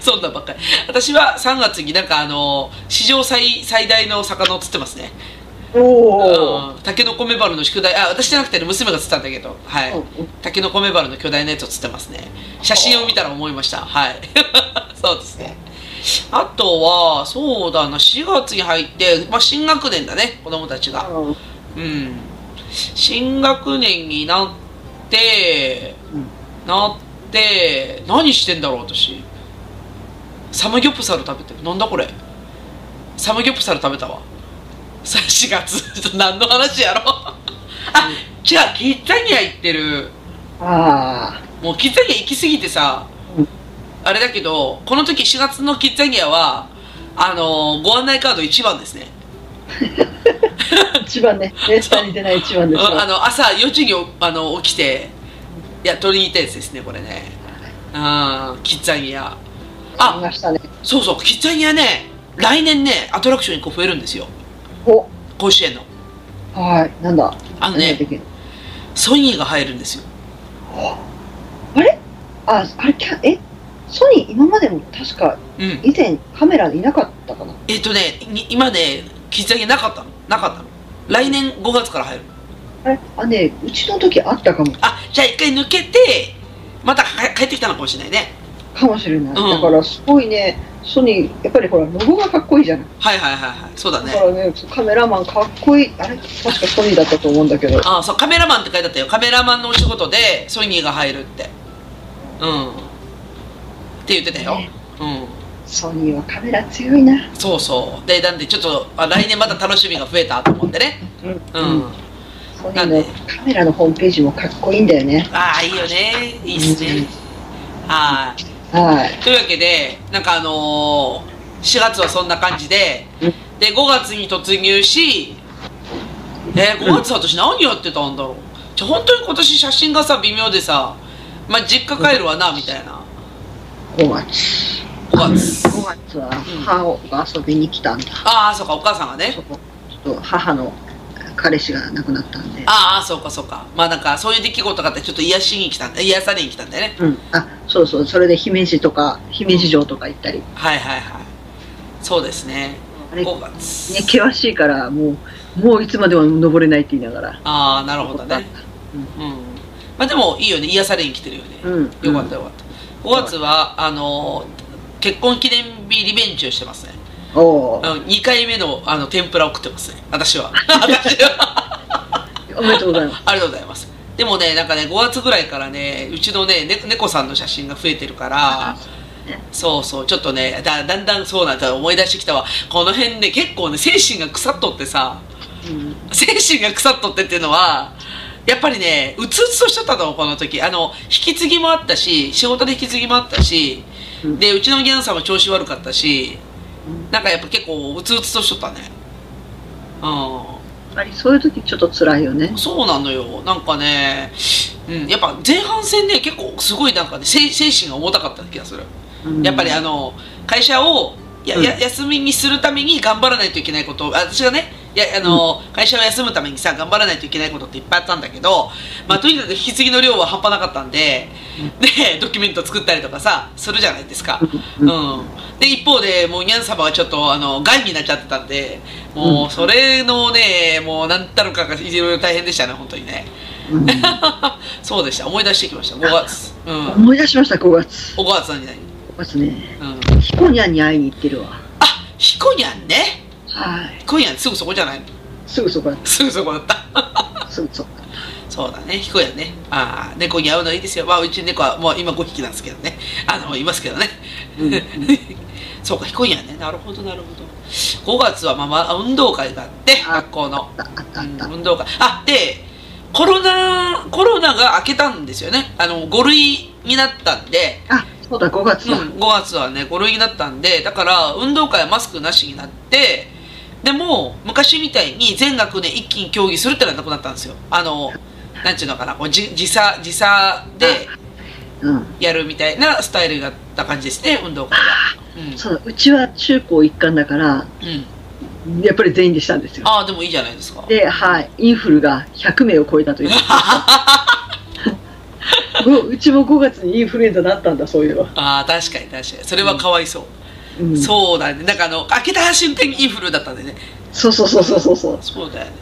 S2: そううん そんなんばっかり私は3月になんかあの史上最最大の魚を釣ってますね
S3: おお
S2: うんタケノコメバルの宿題あ私じゃなくてね娘が釣ったんだけどはい、タケノコメバルの巨大なやつを釣ってますね写真を見たら思いましたはい そうですねあとはそうだな4月に入って、まあ、新学年だね子供たちがうん新学年になって、なって何してんだろう私サムギョプサル食べてるなんだこれサムギョプサル食べたわさ4月何の話やろあじゃあキッザニア行ってる
S3: あ
S2: もうキッザニア行き過ぎてさ、
S3: うん
S2: あれだけどこの時4月のキッザニアはあのーご案内カード1番ですね
S3: あ一番ねレースに出ない一番です
S2: ああ
S3: わ
S2: の朝4時にあの起きていや取りに行ったやつですねこれねうんキッザニア
S3: あり
S2: あ
S3: ましたね
S2: そうそうキッザニアね来年ねアトラクション1個増えるんですよ
S3: お
S2: 甲子園の
S3: はいなんだ
S2: あの
S3: 何がで
S2: ね
S3: きる
S2: ソニーが入るんですよ
S3: ああれキャえソニー今までも確か
S2: うん
S3: 以前カメラいなかったかな
S2: えっとねに今ねキッザニアなかったのなかったの来年5月から入る
S3: あれあねうちの時あったかも
S2: あじゃあ一回抜けてまたか帰ってきたのかもしれないね
S3: かもしれな
S2: う
S3: い、
S2: ん
S3: だからすごいねソニーやっぱりほらロゴがかっこいいじゃない
S2: はいはいはいはいそうだ
S3: だ
S2: ね
S3: からねカメラマンかっこいいあれ確かソニーだったと思うんだけど
S2: あそうカメラマンって書いてあったよカメラマンのお仕事でソニーが入るってうんって言ってたよ、
S3: ね
S2: う
S3: ソニーはカメラ強いなん
S2: そうそうでなんでちょっとあ来年また楽しみが増えたと思ってね
S3: うん、
S2: うん、
S3: ソニ
S2: な
S3: ー
S2: んで
S3: のカメラのホームページもかっこいいんだよね
S2: ああいいよねいいっすねはい
S3: はい
S2: というわけでなんかあのー、4月はそんな感じで
S3: うん
S2: で5月に突入しえー、5月私何やってたんだろうじゃ本当に今年写真がさ微妙でさまあ実家帰るわなみたいな
S3: 5月
S2: 5月
S3: 5月は母が遊びに来たんだ、
S2: ああそうかお母さんがね
S3: そこちょっと母の彼氏が亡くなったんで
S2: ああそうかそうかまあなんかそういう出来事があってちょっと癒しに来たんだ癒されに来たんだよね
S3: うん、あそうそうそれで姫路とか姫路城とか行ったり、
S2: はいはいはいそうですね
S3: あれね
S2: 5月
S3: 険しいからもうもういつまでも登れないって言いながら
S2: ああなるほどねうんまあでもいいよね癒されに来てるよね、
S3: うん
S2: よかったよかった5月はあのー結婚記念日リベンジをしてますね
S3: おお
S2: あの2回目のあの天ぷらを食ってますね私 は私は
S3: おめでとうございます
S2: ありがとうございますでもねなんかね5月ぐらいからねうちのねね猫さんの写真が増えてるからそうそうちょっとねだだんだんそうなんだ思い出してきたわこの辺ね結構ね精神が腐っとってさ
S3: うん
S2: 精神が腐っとってっていうのはやっぱりねうつうつとしとったのこの時あの引き継ぎもあったし仕事で引き継ぎもあったし
S3: うん
S2: でうちのギャンさんも調子悪かったしなんかやっぱ結構うつうつとしとったねう
S3: やっぱりそういう時ちょっと辛いよね
S2: んそうなのよなんかね、うん、やっぱ前半戦ね結構すごいなんかね精精神が重たかった気がするやっぱりあの会社をや、や
S3: うん
S2: 休みにするために頑張らないといけないことをあ私がねやあの、会社を休むためにさ頑張らないといけないことっていっぱいあったんだけど、まあ、とにかく引き継ぎの量は半端なかったんで、でドキュメント作ったりとかさするじゃないですか、う
S3: うんん
S2: で一方でもうニャン様がちょっとあの害になっちゃってたんでもうそれのねもう何たるかがいろいろ大変でしたね本当にね
S3: うん
S2: そうでした思い出してきました5月うん5
S3: 思い出しました5月
S2: 月何々
S3: 5月ね
S2: うん
S3: ヒコニャンに会いに行ってるわ
S2: あひこにゃんね
S3: はい
S2: 今夜すぐそこじゃないの
S3: すぐそこだっ
S2: すぐそこだった
S3: たすぐそこだっ
S2: そうだねひこやねああ猫に会うのいいですよまあうち猫はもう今5匹なんですけどねあのいますけどね、
S3: うん
S2: そうかひこやねなるほどなるほど5月はママ運動会があって
S3: あ
S2: 学校の、
S3: たあったあった
S2: うん、運動会あでコロナコロナが明けたんですよねあの5類になったんで
S3: あそうだ5月
S2: う
S3: だ
S2: ん、5月はね5類になったんでだから運動会はマスクなしになってでも昔みたいに全学年一気に競技するってのはなくなったんですよあのなんていうのかなこうじ時差時差で
S3: うん
S2: やるみたいなスタイルだった感じですね運動会はうん、
S3: そうだうちは中高一貫だから
S2: うん、
S3: やっぱり全員でしたんですよ
S2: ああでもいいじゃないですか
S3: ではいインフルが100名を超えたという ごうちも5月にインフルエンザだったんだそういうのは、
S2: ああ確かに確かにそれはかわいそう、
S3: うん、そ
S2: そう
S3: う
S2: だねなんかあの開けた瞬間にインフルだったんでね
S3: そうそうそうそうそう
S2: そうだよね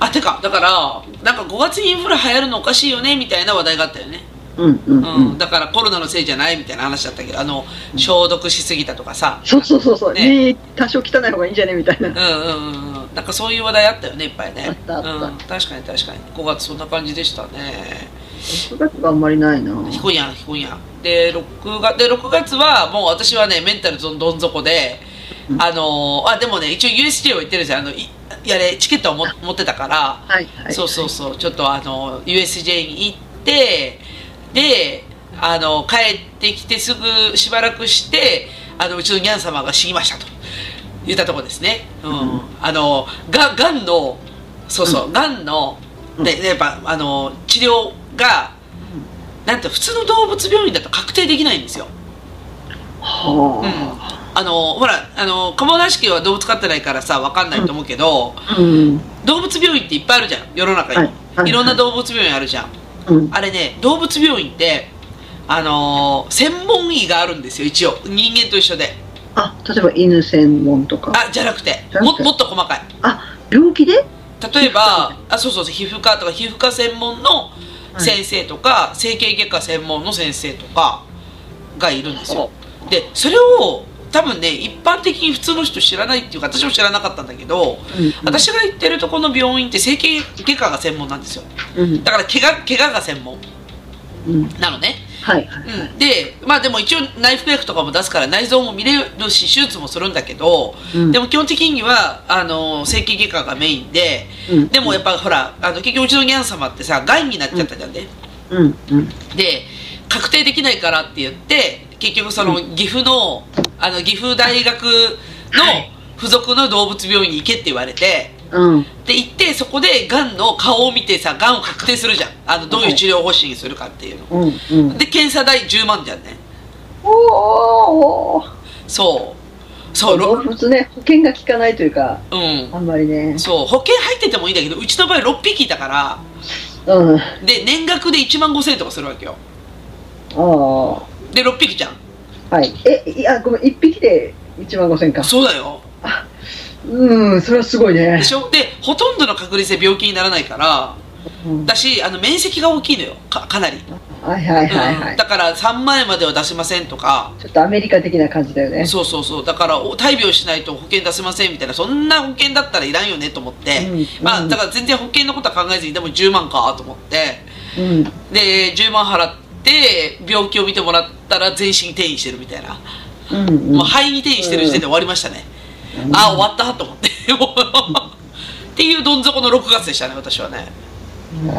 S2: あてかだからなんか5月にインフル流行るのおかしいよねみたいな話題があったよね
S3: うんうんうん、
S2: うん、だからコロナのせいじゃないみたいな話だったけどあの消毒しすぎたとかさ
S3: そうそうそうそう、
S2: ね
S3: ね、多少汚い方がいいんじゃねみたいな
S2: うんうんうんうんなんかそういう話題あったよねいっぱいね
S3: あったあった
S2: うん、確かに確かに5月そんな感じでしたね
S3: 5月があんまりないな
S2: ひこにゃんひこにゃんで6月で6月はもう私はねメンタルどんどん底で
S3: うん
S2: あのーあでもね一応 USJ は行ってるじゃんあのいやれチケットをも持ってたから
S3: はいはい
S2: そうそうそうちょっとあの USJ に行ってであの帰ってきてすぐしばらくしてあのうちのニャン様が死にましたと言ったとこですね、うん
S3: うん
S2: あのががんのそうそうが、んの
S3: うん
S2: ででやっぱあの治療がなんて普通の動物病院だと確定できないんですよ
S3: は
S2: あのほらあの鴨梨家は動物飼ってないからさわかんないと思うけど、
S3: あうん
S2: 動物病院っていっぱいあるじゃん世の中に、
S3: はいいはい
S2: ろんな動物病院あるじゃん
S3: うん
S2: あれね動物病院ってあのー専門医があるんですよ一応人間と一緒で
S3: あ例えば犬専門とか
S2: あじゃなくてももっと細かい
S3: あ病気で
S2: 例えば あそうそうそう皮膚科とか皮膚科専門の
S3: はい
S2: 先生とか、整形外科専門の先生とかがいるんですよでそれを多分ね一般的に普通の人知らないっていうか私も知らなかったんだけど、
S3: うん
S2: 私が行ってるとこの病院って整形外科が専門なんですよ
S3: うん
S2: だから怪我怪我が専門
S3: うん
S2: なのね
S3: はいはいはい
S2: うん、でまあでも一応内服薬とかも出すから内臓も見れるし手術もするんだけど、
S3: うん
S2: でも基本的にはあの整形外科がメインで、
S3: うん
S2: でもやっぱほらあの結局うちのギャン様ってさがんになっちゃったじゃんね、
S3: うんうん
S2: で確定できないからって言って結局その岐阜のあの岐阜大学の
S3: はい
S2: 付属の動物病院に行けって言われて。
S3: うん
S2: で行ってそこでがんの顔を見てさがんを確定するじゃんあのどういう治療方針にするかっていうの
S3: うんうん
S2: で検査代10万じゃんね
S3: おお
S2: そうそうろ
S3: 動物ね保険が効かないというか
S2: う
S3: あんまりね
S2: んそう保険入っててもいいんだけどうちの場合6匹いたから
S3: うんあ
S2: で年額で1万5000円とかするわけよ
S3: あ
S2: で6匹じゃん
S3: はいえいやごめん1匹で1万5000か
S2: そうだよ
S3: うんそれはすごいね
S2: でしょでほとんどの確率で病気にならないから
S4: うん
S2: だしあの面積が大きいのよかかなり、
S3: はいはいはいは
S2: うん
S3: い。
S2: だから3万円までは出しませんとか
S3: ちょっとアメリカ的な感じだよね。
S2: そうそうそうだからお大病しないと保険出せませんみたいなそんな保険だったらいらんよねと思って、
S3: うん
S2: ま
S3: う
S2: あ
S3: ん
S2: だから全然保険のことは考えずにでも10万かと思って
S3: うん。
S2: で10万払って病気を見てもらったら全身転移してるみたいな、
S3: うんうん。
S2: もう肺に転移してる時点で終わりましたね、
S3: うん
S2: ああ終わったと思ってもうっていうどん底の6月でしたね私はね
S3: は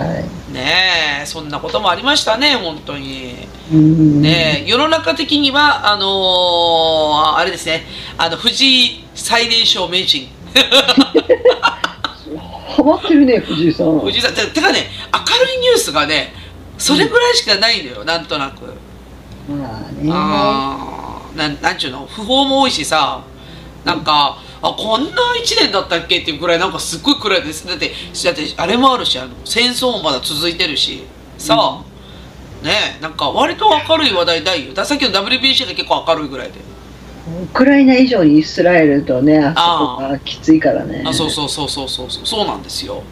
S2: ねえそんなこともありましたね本当に
S3: い。うん。
S2: ねえ世の中的にはあのーあれですねあの藤井最年少名人
S3: ハマってるね、藤井さん。
S2: 藤井さんててかね明るいニュースがねそれぐらいしかないのよ、なんとなく、
S3: まあね。
S2: あーなんなんちゅうの不法も多いしさなんかあこんな1年だったっけっていうぐらいなんかすっごい暗いですだってだってあれもあるしあの戦争もまだ続いてるしさあ、ねえなんか割と明るい話題ないよださっきの WBC が結構明るいぐらいで
S3: ウクライナ以上にイスラエルとね、あそこがきついからね。
S2: あそうそうそうそうそうそうそうなんですよ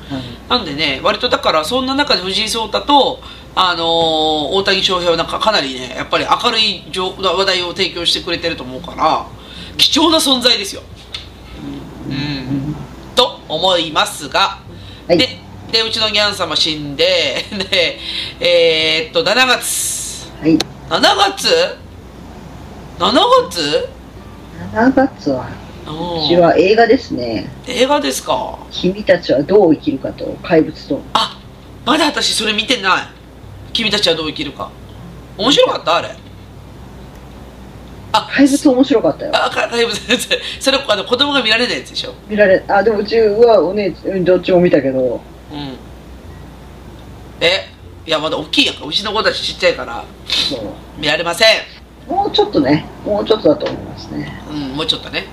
S2: なんでね割とだからそんな中で藤井聡太とあのー大谷翔平はなんかかなりねやっぱり明るい情話題を提供してくれてると思うから貴重な存在ですよ、うんと思いますが、
S3: はい
S2: ででうちのギャン様死んで でえーっと7月
S3: はい。はい。
S2: 7月7月
S3: 7月は、
S2: うん
S3: 私は映画ですね。
S2: 映画ですか
S3: 君たちはどう生きるかと、怪物と。
S2: あまだ私それ見てない君たちはどう生きるか面白かったあれあ
S3: 怪物面白かったよ。
S2: あかだいぶ先生それあの子供が見られないやつでしょ
S3: 見られ、あ、でもうちはお姉ちゃん、どっちも見たけど、
S2: うんえいやまだ大きいやんかうちの子たちちっちゃいから
S3: そう。
S2: 見られません
S3: もうちょっとね、もうちょっとだと思いますね。
S2: うんもうちょっとね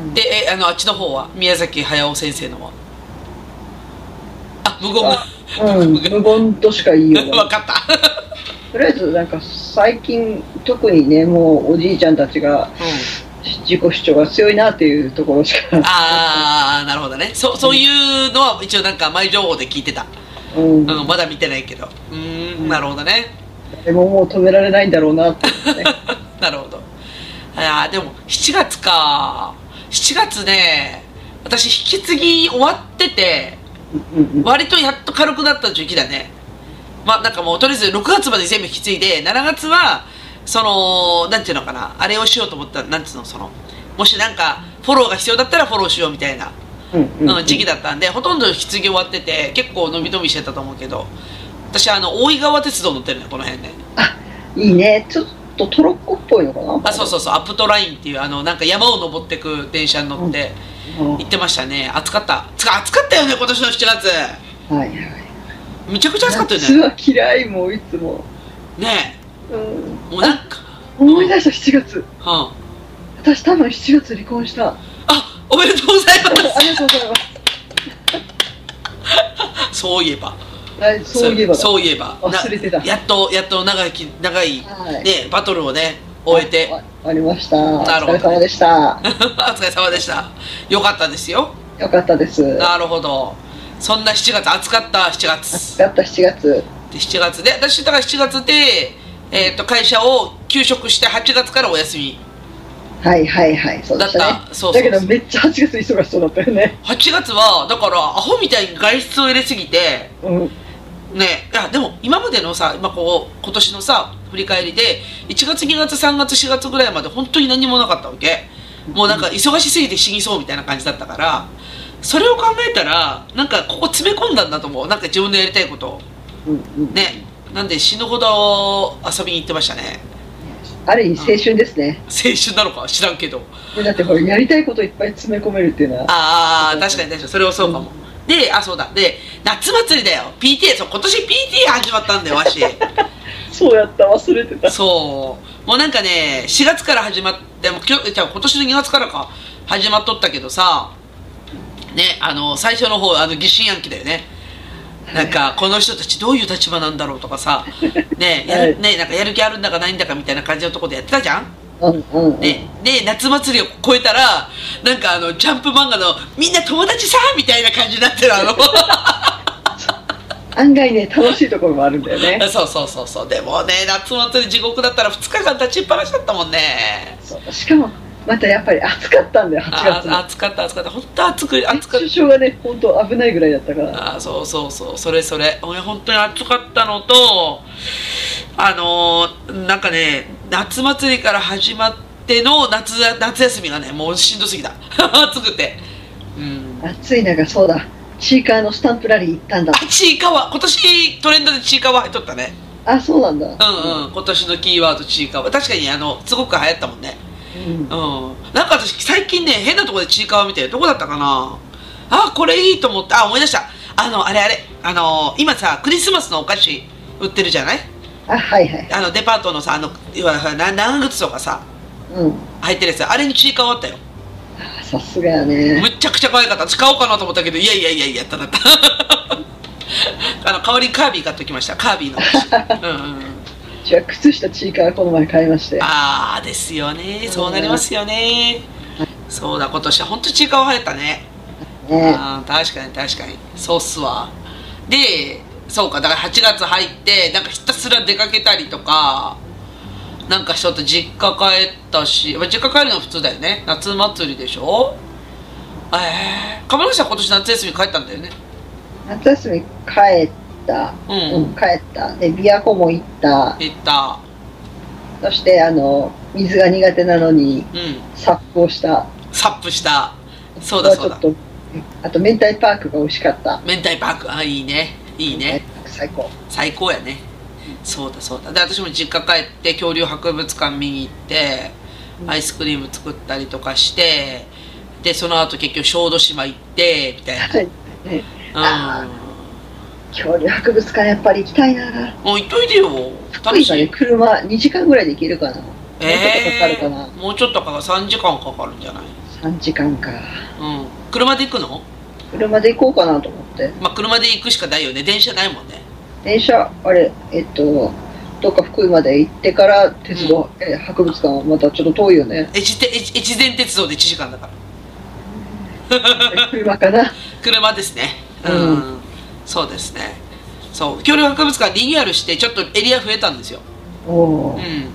S3: うん
S2: でえあのあっちの方は宮崎駿先生のはあ無言
S3: あうん、無言としか言いようが ない
S2: 分かった
S3: とりあえずなんか最近特にねもうおじいちゃんたち
S2: う
S3: が
S2: ん
S3: 自己主張が強いなっていうところしか、
S2: ああなるほどねそそういうのは一応なんか前情報で聞いてた
S3: うん、
S2: うん、まだ見てないけど。うーん、なるほどね。
S3: でももう止められないんだろうなっていうね
S2: なるほど。ああ、でも、7月か。7月ね、私、引き継ぎ終わってて、
S3: うんうん
S2: 割とやっと軽くなった時期だね。まあ、なんかもう、とりあえず6月まで全部引き継いで、7月は、その、なんていうのかな、あれをしようと思ったら、なんていうの、その、もしなんか、フォローが必要だったらフォローしようみたいな。
S3: うんうん
S2: うん、時期だったんでほとんど引き継ぎ終わってて結構伸び伸びしてたと思うけど私あの大井川鉄道乗ってるねこの辺ね
S3: いいねちょっとトロッコっぽいのかな
S2: あそうそうそうアップトラインっていうあのなんか山を登ってく電車に乗って
S3: うん
S2: 行ってましたね暑かったつか暑かったよね今年の7月
S3: はいはい
S2: むちゃくちゃ暑かったよ
S3: 夏
S2: ね
S3: は嫌いもういつも、
S2: ね
S3: うん、
S2: えもうなんか
S3: 思い出した7月
S2: うんあ
S3: 私多分7月離婚したあ
S2: おめでとうございま
S3: りがとうございます
S2: すそういえば
S3: はいそういえばだ
S2: そういえばな
S3: 忘れてた
S2: やっとやっと長いき長い
S3: はい
S2: ねバトルをね終えて
S3: あ終わりましたお
S2: なるほど
S3: 疲れ様でした
S2: お疲れ様でしたよかったですよ
S3: よかったです
S2: なるほどそんな7月暑かった7月
S3: やった7月
S2: で7月で私だから7月で、えー、と会社を休職して8月からお休み
S3: はいはいはいそうでしたね
S2: だったそうそうそう
S3: だけどめっちゃ8月忙しそうだったよね
S2: 8月はだからアホみたいに外出を入れすぎて
S3: うん
S2: ねいやでも今までのさ今こう今年のさ振り返りで1月2月3月4月ぐらいまで本当に何もなかったわけもうなんか忙しすぎて死にそうみたいな感じだったからそれを考えたらなんかここ詰め込んだんだと思うなんか自分のやりたいことを
S3: うんうん
S2: ねなんで死ぬほど遊びに行ってましたね
S3: ある意味青春ですね、
S2: 青春なのか知らんけど
S3: だってほらやりたいこといっぱい詰め込めるっていうのは
S2: ああ確かに確かにそれはそうかも、であそうだで夏祭りだよ PTA そう今年 PTA 始まったんだよわし
S3: そうやった忘れてた
S2: そうもうなんかね4月から始まってもうきょじゃあ今年の2月からか始まっとったけどさねあの最初の方あの疑心暗鬼だよねなんかこの人たちどういう立場なんだろうとかさねやる,、ねなんかやる気あるんだかないんだかみたいな感じのところでやってたじゃん
S3: うんうんうん
S2: ね、で夏祭りを超えたらなんかあのジ ャンプ漫画の「みんな友達さ!」みたいな感じになってるあの
S3: あ案外ね楽しいところもあるんだよね
S2: そうそうそうそうでもね夏祭り地獄だったら2日間立ちっぱなしだったもんね
S3: そうしかもまたやっぱり暑かったんだよ8
S2: あ
S3: 月
S2: あ
S3: も
S2: 暑かった暑かった本当暑く暑
S3: 熱
S2: かっ
S3: 中症がね本当危ないぐらいだったから
S2: たあそうそうそうそれそれ俺本当に暑かったのとあのーなんかね夏祭りから始まっての夏夏休みがねもうしんどすぎた 暑くてうん
S3: 暑い中そうだチーカーのスタンプラリー行ったんだ
S2: あちいかわ今年トレンドでちいかわ入っとったね
S3: あそうなんだ
S2: うんうん今年のキーワードちいかわ確かにあのすごく流行ったもんね
S3: うん
S2: うん、なんか私最近ね変なところでちいかわ見てどこだったかなあこれいいと思ったあ思い出したあのあれあれあの今さクリスマスのお菓子売ってるじゃない
S3: あはいはい
S2: あのデパートのさあのいわゆるな長靴とかさ
S3: うん
S2: 入ってるやつあれにちいかわあったよ
S3: あさすがやね
S2: むっちゃくちゃ可愛かった使おうかなと思ったけどいやいやいやいやっただった あの代わりにカービィ買ってきましたカービィのお菓子うん、うん
S3: じゃあ靴下チーカーこの前買いまして
S2: ああですよねそうなりますよねそうだ今年は本当にちいかわ流行ったね
S3: ね
S2: あー確かに確かにそうっすわでそうかだから8月入ってなんかひたすら出かけたりとかなんかちょっと実家帰ったしまあ実家帰るのは普通だよね夏祭りでしょええー、亀梨は今年夏休み帰ったんだよね
S3: 夏休み帰った
S2: うん
S3: うん、帰ったで琵琶湖も行った
S2: 行った
S3: そしてあの水が苦手なのに
S2: うん
S3: サップをした
S2: サップしたそうだそうだ
S3: ちょっとあと明太パークが美味しかった
S2: 明太パークあいいねいいね、
S3: 明太パーク最高
S2: 最高やねそうだそうだで私も実家帰って恐竜博物館見に行ってアイスクリーム作ったりとかしてでその後結局小豆島行ってみたい
S3: はいね
S2: な、うん、
S3: 恐竜博物館やっぱり行きたいな
S2: もう行っといてよ
S3: 福
S2: 楽
S3: 井
S2: し
S3: まで
S2: い
S3: 車2時間ぐらいで行けるかな
S2: え
S3: もうちょっとかかるかな
S2: ー、もうちょっとかかる3時間かかるんじゃない、
S3: 3時間か
S2: うん、車で行くの
S3: 車で行こうかなと思って
S2: まあ車で行くしかないよね電車ないもんね
S3: 電車あれえっとどっか福井まで行ってから鉄道、え博物館はまたちょっと遠いよ ね
S2: 越前越越前鉄道で1時間だから
S3: 車かな
S2: 車ですねうん、そうですねそう恐竜博物館リニューアルしてちょっとエリア増えたんですよ
S3: おお
S2: う
S3: ーや
S2: ん
S3: っ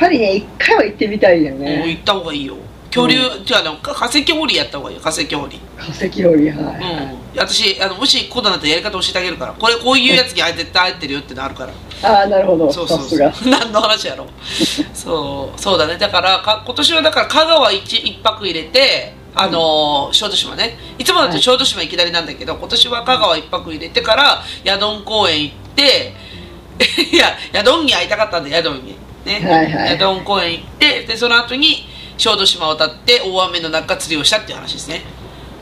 S3: ぱりね一回は行ってみたいよ
S2: もう
S3: ね
S2: 行った方がいいよ恐竜、じゃあのか化石掘りやった方がいいよ化石掘り
S3: 化石よりは
S2: う
S3: い、
S2: ん私あのもしこうだなったらやり方教えてあげるからこれこういうやつにあ絶対合ってるよってのあるから
S3: ああなるほど
S2: そうそう
S3: さ
S2: そ
S3: す
S2: う
S3: が
S2: 何の話やろそうそうだねだからか今年はだから香川一一泊入れてあのー小豆島ねいつもだと小豆島いきなりなんだけど、今年は香川一泊入れてからヤドン公園行って いやヤドンに会いたかったんでヤドンにね、
S3: はいはい
S2: ヤドン公園行ってでその後に小豆島を渡って大雨の中釣りをしたっていう話ですね、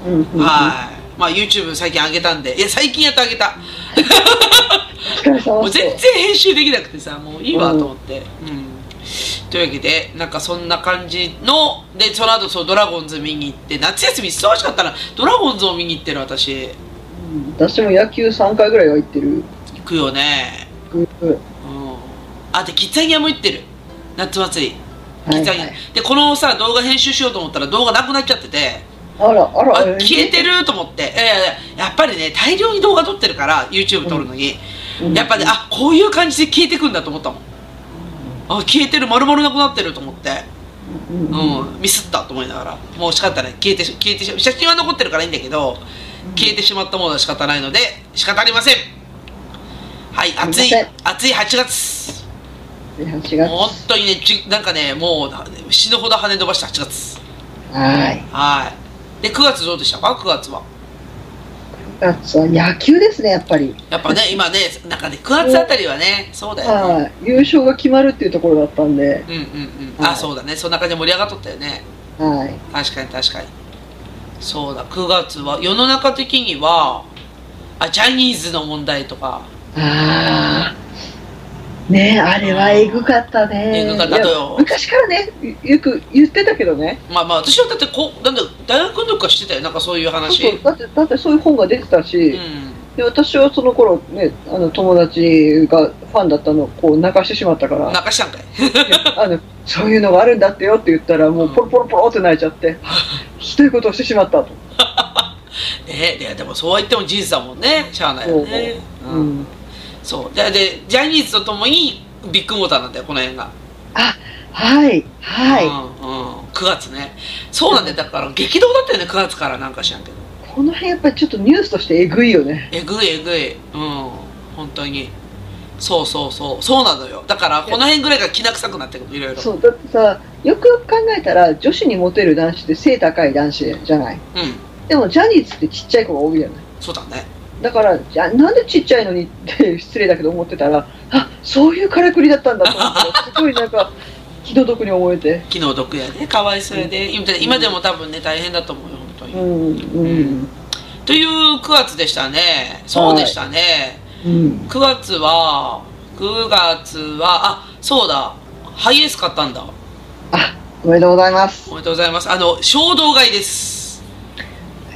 S3: うんうんうん
S2: はいまあ YouTube 最近上げたんでいや最近やっと上げた
S3: お疲れ様
S2: もう全然編集できなくてさもういいわと思って、うんというわけでなんかそんな感じのでその後そうドラゴンズ見に行って夏休み忙しかったなドラゴンズを見に行ってる私
S3: うん私も野球3回ぐらいは行ってる
S2: 行くよね
S3: グル
S2: うんあでキッザニアも行ってる夏祭りキッザニア、
S3: はいはい
S2: でこのさ動画編集しようと思ったら動画なくなっちゃってて
S3: あらあら
S2: あ消えてると思って、いやいやいややっぱりね大量に動画撮ってるから YouTube 撮るのに、
S3: うん
S2: やっぱねあこういう感じで消えてくんだと思ったもんあ消えてる丸々なくなってると思って、
S3: うん
S2: うん、ミスったと思いながらもう仕方ない消えてし消えてし写真は残ってるからいいんだけど消えてしまったものは仕方ないので仕方ありませんはい暑い
S3: すいません
S2: 暑い8月
S3: 8月
S2: 本当にねじなんかねもう死ぬほど跳ね飛ばした8月
S3: はい
S2: はいで9月どうでしたか9月は
S3: 9月は野球ですねやっぱり
S2: やっぱね 今ねなんかね9月あたりはねそうだよね
S3: はい優勝が決まるっていうところだったんで
S2: うんうんうん
S3: は
S2: あ
S3: い
S2: そうだねそんな感じで盛り上がっとったよね
S3: はい
S2: 確かに確かにそうだ9月は世の中的にはあジャニーズの問題とか
S3: ああねえあれはえぐかったね
S2: えぐかった
S3: いや
S2: よ
S3: 昔からねよく言ってたけどね
S2: まあまあ私はだってこうなんだ大学の時からしてたよなんかそういう話
S3: そうだってだってそういう本が出てたし、
S2: うん
S3: で私はその頃ねあの友達がファンだったのをこう泣かしてしまったから
S2: 泣かしたんかい
S3: あのそういうのがあ るんだってよって言ったらもうポロポロポロって泣いちゃって、ひどいことをしてしまったと
S2: ねででもそうは言っても事実だもんねしゃあないよね
S3: う
S2: うん
S3: ん。
S2: そうででジャニーズとともにビッグモーターなんだよこの辺が
S3: あ、はい、はい。
S2: うんうん、9月ねそうなんだよだから激動だったよね9月からなんか知らんけど
S3: この辺やっぱりちょっとニュースとしてえぐいよね。
S2: えぐいえぐいうん本当にそうそうそうそうなのよだからこの辺ぐらいがきな臭くなってくるいろいろ
S3: そう、だってさ、よくよく考えたら、女子にモテる男子って背高い男子じゃない。
S2: うん
S3: でもジャニーズってちっちゃい子が多いじゃない。
S2: そうだね
S3: だから、じゃなんでちっちゃいのにって失礼だけど思ってたら、あそういうからくりだったんだと思ったら、すごいなんか、気の毒に思えて。
S2: 気の毒やねかわいそうやで、今今でも多分ね大変だと思うよ本当に、
S3: うん、うん、
S2: という9月でしたねそうでしたね、
S3: うん。
S2: 9月は9月はあそうだハイエース買ったんだ
S3: あ、おめでとうございます
S2: お。めでとうございますあの衝動買いです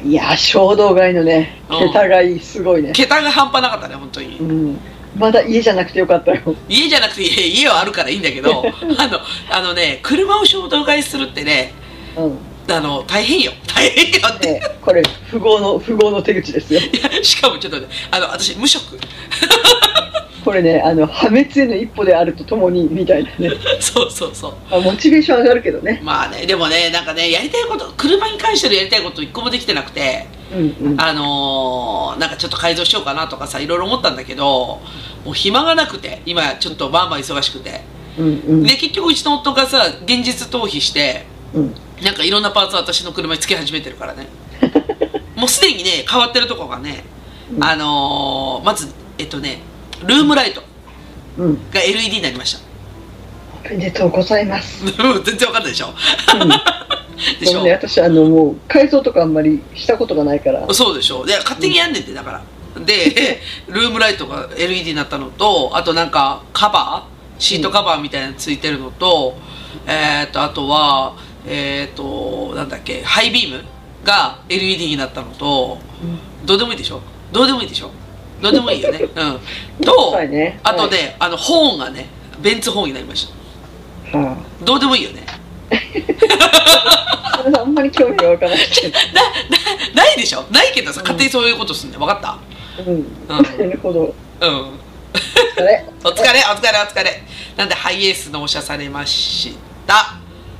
S3: いやー、衝動買いのね、
S2: うん
S3: 桁がいい、すごいね。
S2: 桁が半端なかったね本当
S3: う
S2: に
S3: ん。まだ家じゃなくてよかったよ。
S2: 家じゃなくて家家はあるからいいんだ けどあのあのね車を衝動買いするってね
S3: うん。
S2: あの大変よ 大変よって
S3: ね、これ、富豪の、富豪の手口ですよ。
S2: いやしかもちょっとねあの私無職
S3: これね、あの、破滅への一歩であるとともに、みたいなね。
S2: そうそうそう
S3: あモチベーション上がるけどね。
S2: まあねでもねなんかねやりたいこと車に関してのやりたいこと一個もできてなくて
S3: うんうん。
S2: あのーなんかちょっと改造しようかなとかさいろいろ思ったんだけどもう暇がなくて今ちょっとまあまあ忙しくて
S3: うんうん。
S2: で結局うちの夫がさ現実逃避して
S3: うん。
S2: なんかいろんなパーツを私の車につけ始めてるからねもうすでにね変わってるとこがね、
S3: うん
S2: あのーまずえっとねルームライト
S3: うん。
S2: が LED になりました
S3: おめでとうございます。
S2: 全然わかんないでしょ
S3: うん
S2: でし
S3: ごめんね、
S2: ょ
S3: 私あのもう改造とかあんまりしたことがないから
S2: そうでしょで勝手にやんねんってだからでルームライトが LED になったのとあとなんかカバーシートカバーみたいなのついてるのと、えー、とあとはえっ、となんだっけハイビームが LED になったのと、どうでもいいでしょどうでもいいでしょどうでもいいよねうんと
S3: そうやね
S2: あとね、あのホーンがねベンツホーンになりまし
S3: は
S2: たどうでもいいよね
S3: あ、それあんまり興味がわからないけ
S2: なな ないでしょないけどさ勝手にそういうことすんね分かった
S3: ど、うん、なるほど
S2: うん
S3: あれ
S2: お疲れ、お疲れ、お疲れ。なんで、ハイエース納車されました。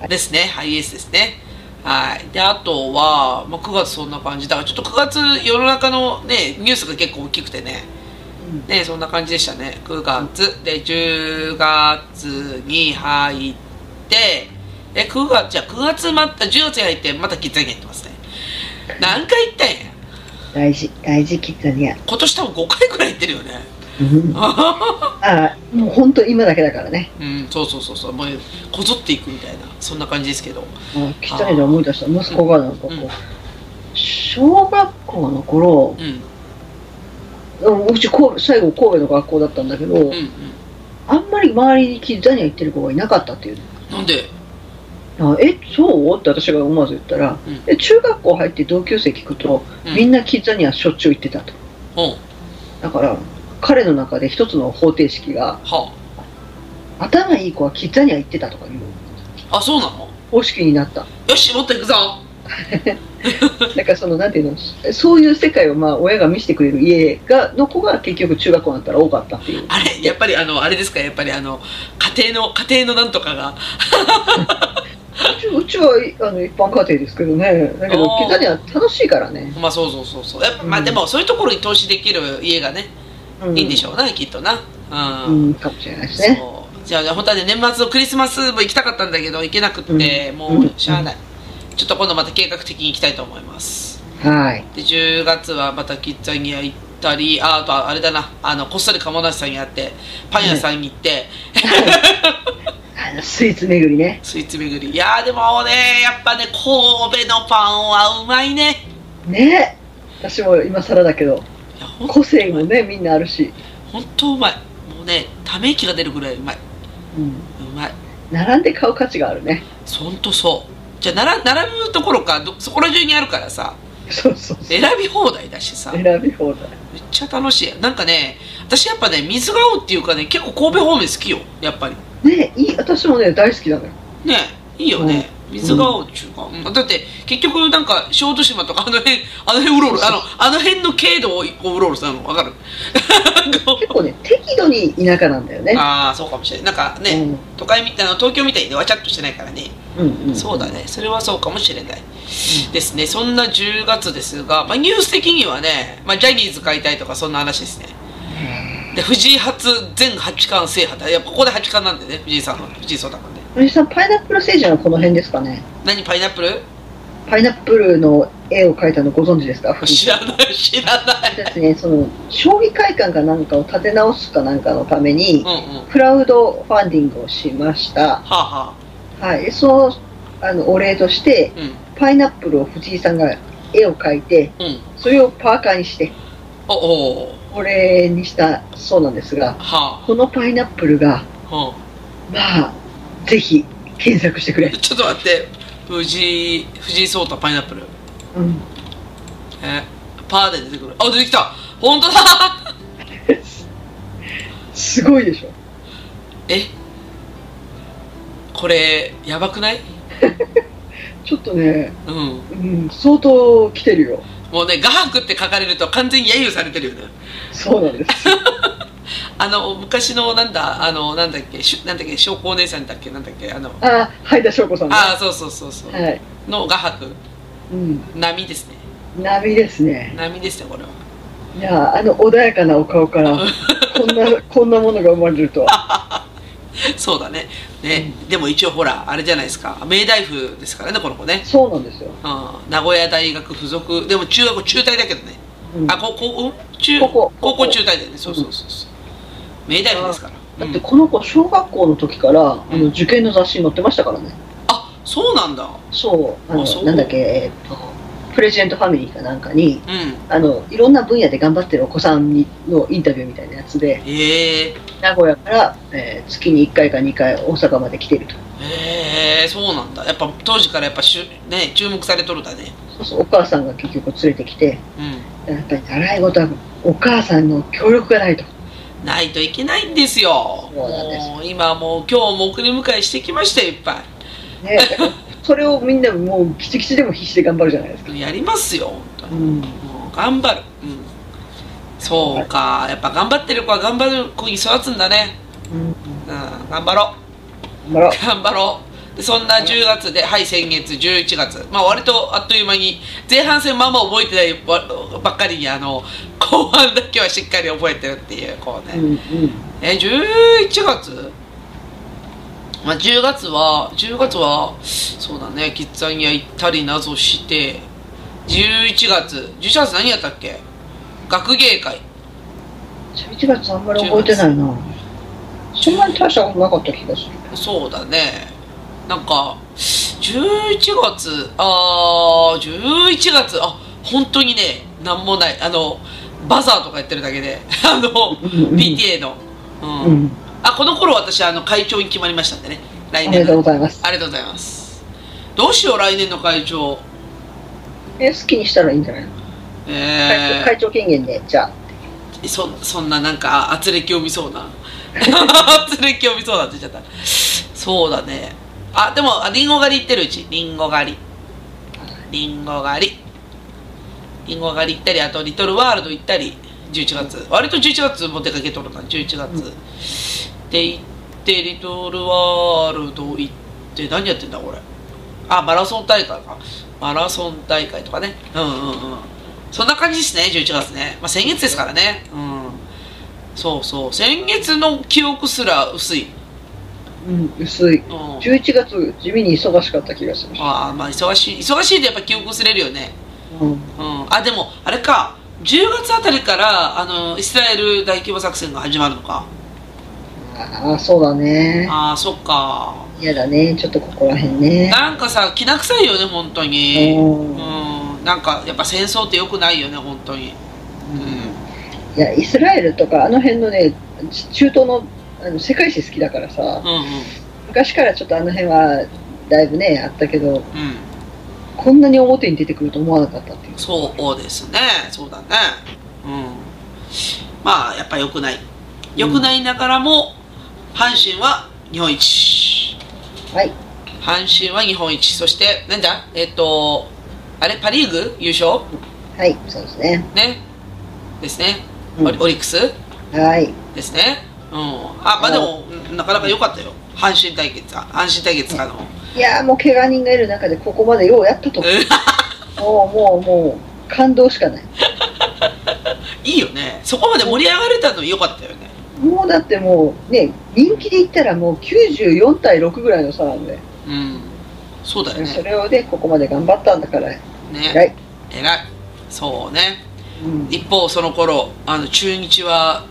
S2: ですね、ハイエースですね。はい。で、あとは、まあ、9月そんな感じ。だからちょっと9月、世の中のね、ニュースが結構大きくてね。ね、そんな感じでしたね。9月。で、10月に入って、え、9月、じゃあ9月また、10月に入って、またキッザニア行ってますね。何回行ったんや
S3: 大事大事キッザニア、
S2: 今年多分5回くらい行ってるよね。
S3: うん、あもう本当今だけだからね
S2: うん、そうそうそうそうもうこぞっていくみたいなそんな感じですけど
S3: あキッザニアで思い出した息子がなんかこ
S2: う
S3: う、
S2: ん
S3: 小学校の頃
S2: うん
S3: うんうち神戸最後神戸の学校だったんだけど、
S2: うんうん
S3: あんまり周りにキッザニア行ってる子がいなかったっていう
S2: なんで
S3: あえそうって私が思わず言ったら、
S2: うん
S3: え中学校入って同級生聞くと、
S2: うん
S3: みんなキッザニアしょっちゅう行ってたと
S2: ほ
S3: だから彼の中で一つの方程式が
S2: うは
S3: 頭いい子はキッザニア行ってたとかいう
S2: ああそうなの
S3: 方式にな った
S2: よしもっと行くぞ
S3: だからそのなんていうのそういう世界をまあ親が見せてくれる家がの子が結局中学校になったら多かったっていう
S2: あれやっぱりあのあれですかやっぱりあの家庭の家庭のなんとかが
S3: うちうちはあの一般家庭ですけどねだけど
S2: あー
S3: キッザニア楽しいからね、
S2: まあそうそうそうそうやっぱ、まあ
S3: うん
S2: でもそういうところに投資できる家がね、
S3: う
S2: いいんでし
S3: ょ
S2: ょうなきっとな
S3: ううんかもしれないですね
S2: そうじゃあ本当はね年末のクリスマスも行きたかったんだけど行けなくって、
S3: うん
S2: もうしゃあない、ちょっと今度また計画的に行きたいと思います
S3: はい
S2: で10月はまたキッザニア行ったりああとはあれだなあのこっそり鴨梨さんに会ってパン屋さんに行って、
S3: あのスイーツ巡りね
S2: スイーツ巡りいやーでもねやっぱね神戸のパンはうまいね
S3: ね私も今更だけど
S2: いやほん
S3: 個性もねみんなあるし、
S2: ほんとうまいもうねため息が出るぐらいうまいう
S3: うん、
S2: まい
S3: 並んで買う価値があるね
S2: ほんとそうじゃあ並並ぶところかどそこら中にあるからさ
S3: そうそうそう
S2: 選び放題だしさめっ
S3: 選び放題
S2: ちゃ楽しいなんかね私やっぱね水が合うっていうかね結構神戸方面好きよやっぱり
S3: ねいい私もね大好きなのよ
S2: ねいいよね、水が合うっちゅうか、うんだって結局なんか小豆島とかあの辺あの辺うろうろあのあの辺の軽度を一個うろうろしたのわか る
S3: 結構ね、適度に田舎なんだよね。
S2: ああそうかもしれないなんかね、都会みたいな東京みたいにねわちゃっとしてないからね
S3: うん、うん、うん。
S2: そうだねそれはそうかもしれない、ですねそんな10月ですが、まあ、ニュース的にはね、まあ、ジャニーズ解体とかそんな話ですねで藤井初全八冠制覇だいやここで八冠なんでね藤井さんは藤井聡太君で
S3: 森さん、パイナップル星人はこの辺ですかね。
S2: 何パイナップル
S3: パイナップルの絵を描いたのご存知ですか
S2: 知らない知らない
S3: ですね、その、将棋会館かなんかを立て直すかなんかのために
S2: うん、うんは
S3: クラウドファンディングをしました。
S2: あはあ
S3: はい。でその、あの、お礼として、
S2: うん
S3: パイナップルを藤井さんが絵を描いて、
S2: うん
S3: それをパーカーにして、
S2: おおう
S3: お礼にしたそうなんですが、
S2: は
S3: このパイナップルが、
S2: あ、は
S3: まあ、ぜひ検索してくれ
S2: あ、。ちょっと待って藤井藤井聡太パイナップル
S3: うん。
S2: えパーで出てくるあ出てきた本当だ
S3: すごいでしょ。
S2: えこれやばくない
S3: ちょっとね、
S2: うん
S3: うん、相当来てるよ。
S2: もうね「画伯」って書かれると完全に揶揄されてるよね
S3: そうなんです。
S2: あの昔のなんだあのなんだっけしゅなんだっけ将校お姉さんだっけなんだっけあの
S3: あ、はいだしょうこさん
S2: あ
S3: だ
S2: あそうそうそうそう
S3: はい。
S2: の画伯
S3: うん。
S2: 波ですね
S3: 波ですね。
S2: 波ですねこれはい
S3: やあの穏やかなお顔からこんなこんなものが生まれるとは
S2: そうだねね、でも一応ほらあれじゃないですか明大夫ですからねこの子ね、
S3: そうなんですよ、
S2: うん、名古屋大学附属でも中学中退だけどね
S3: うん
S2: あここうん中
S3: 高校
S2: 高校中退だよねそうそうそうそう明大夫ですから
S3: だってこの子小学校の時から、あの受験の雑誌に載ってましたからね
S2: あそうなんだ
S3: そうあの
S2: あそう
S3: なんだっけえーっとプレジデントファミリーかなんかに
S2: うん
S3: あのいろんな分野で頑張ってるお子さんにのインタビューみたいなやつで
S2: へえ
S3: 名古屋から、えー月に1回か2回大阪まで来てると
S2: へえそうなんだやっぱ当時からやっぱしゅ、ね、注目されとるだね
S3: そうそうお母さんが結局連れてきて
S2: うん
S3: やっぱり習い事はお母さんの協力がないと
S2: ないといけないんですよ
S3: そうなんです
S2: もう今もう今日も送り迎えしてきましたよいっぱ
S3: ね、 だからそれをみんなもうきつきつでも必死で頑張るじゃないですか。
S2: いやりますよ本当
S3: う
S2: に
S3: ん、
S2: もう頑張る、うん、そうかやっぱ頑張ってる子は頑張る子に育つんだね
S3: うん、
S2: うん頑張ろう
S3: 頑張ろう。
S2: 頑張ろうでそんな10月ではい先月11月まあ割とあっという間に前半戦まあまあ覚えてないばばっかりにあの後半だけはしっかり覚えてるっていうこうね、
S3: うん、うん、
S2: え11月まあ10月は10月はそうだねキッザニア行ったりなどして11月11月何やったっけ学芸会
S3: 11月あんまり覚えてないな。そんなに大したことなかった気がする。
S2: そうだねなんか11月あー11月あ本当にねなんもないあのバザーとかやってるだけで あの
S3: うんうん
S2: PTA の、うん
S3: うん、
S2: あこの頃私あの会長に決まりましたんでね来
S3: おめで
S2: 年
S3: と
S2: の
S3: うございます。
S2: ありがとうございますどうしよう来年の会長
S3: え、好きにしたらいいんじゃないの。
S2: え
S3: 会長権限で、じゃあ。
S2: ー、そそんななんか圧力を見そうな圧力を見そうなって言っちゃったそうだねあでもあリンゴ狩り行ってるうちリンゴ狩りリンゴ狩りリンゴ狩り行ったりあとリトルワールド行ったり11月割と11月も出かけとるな11月、で行ってリトルワールド行って何やってんだこれあマラソン大会かマラソン大会とかねうんうんうんそんな感じですね11月ね、まあ、先月ですからねうんそうそう先月の記憶すら薄い、
S3: うん、薄い。
S2: うん、
S3: 11月地味に忙しかった気がする。
S2: ああまあ忙しい忙しいとやっぱ記憶薄れるよね
S3: うん、
S2: うんあでもあれか10月あたりからあのイスラエル大規模作戦が始まるのか
S3: ああ、そうだね。
S2: ああそっか
S3: 嫌だね、ちょっとここら辺ね。
S2: なんかさきな臭いよね本当に
S3: うん
S2: うんなんかやっぱ戦争ってよくないよね本当にうん
S3: いや、イスラエルとか、あの辺のね、中東の、あの世界史好きだからさ。
S2: うんうん
S3: 昔からちょっとあの辺はだいぶねあったけど
S2: うん
S3: こんなに表に出てくると思わなかったっていう
S2: そうですねそうだねうんまあやっぱ良くない良くないながらも阪神は日本一
S3: はい
S2: 阪神は日本一そしてなんだえっ、とあれパ・リーグ優勝
S3: はい、そうですね。
S2: ねですね、
S3: うん
S2: オリオリックス
S3: はい。
S2: ですねうんあまあでもなかなか良かったよ阪神対決あ阪神対決かの、
S3: いやーもう怪我人がいる中でここまでようやったと。もうもうもう、感動しかない。
S2: いいよねそこまで盛り上がれたの良かったよね
S3: もうだってもうね、人気で言ったらもう94対6ぐらいの差なんで、
S2: うんそうだよ
S3: そ
S2: ね
S3: れをね、ここまで頑張ったんだから、偉
S2: ね
S3: い。
S2: 偉いそうね
S3: うん、
S2: 一方その頃あの中日は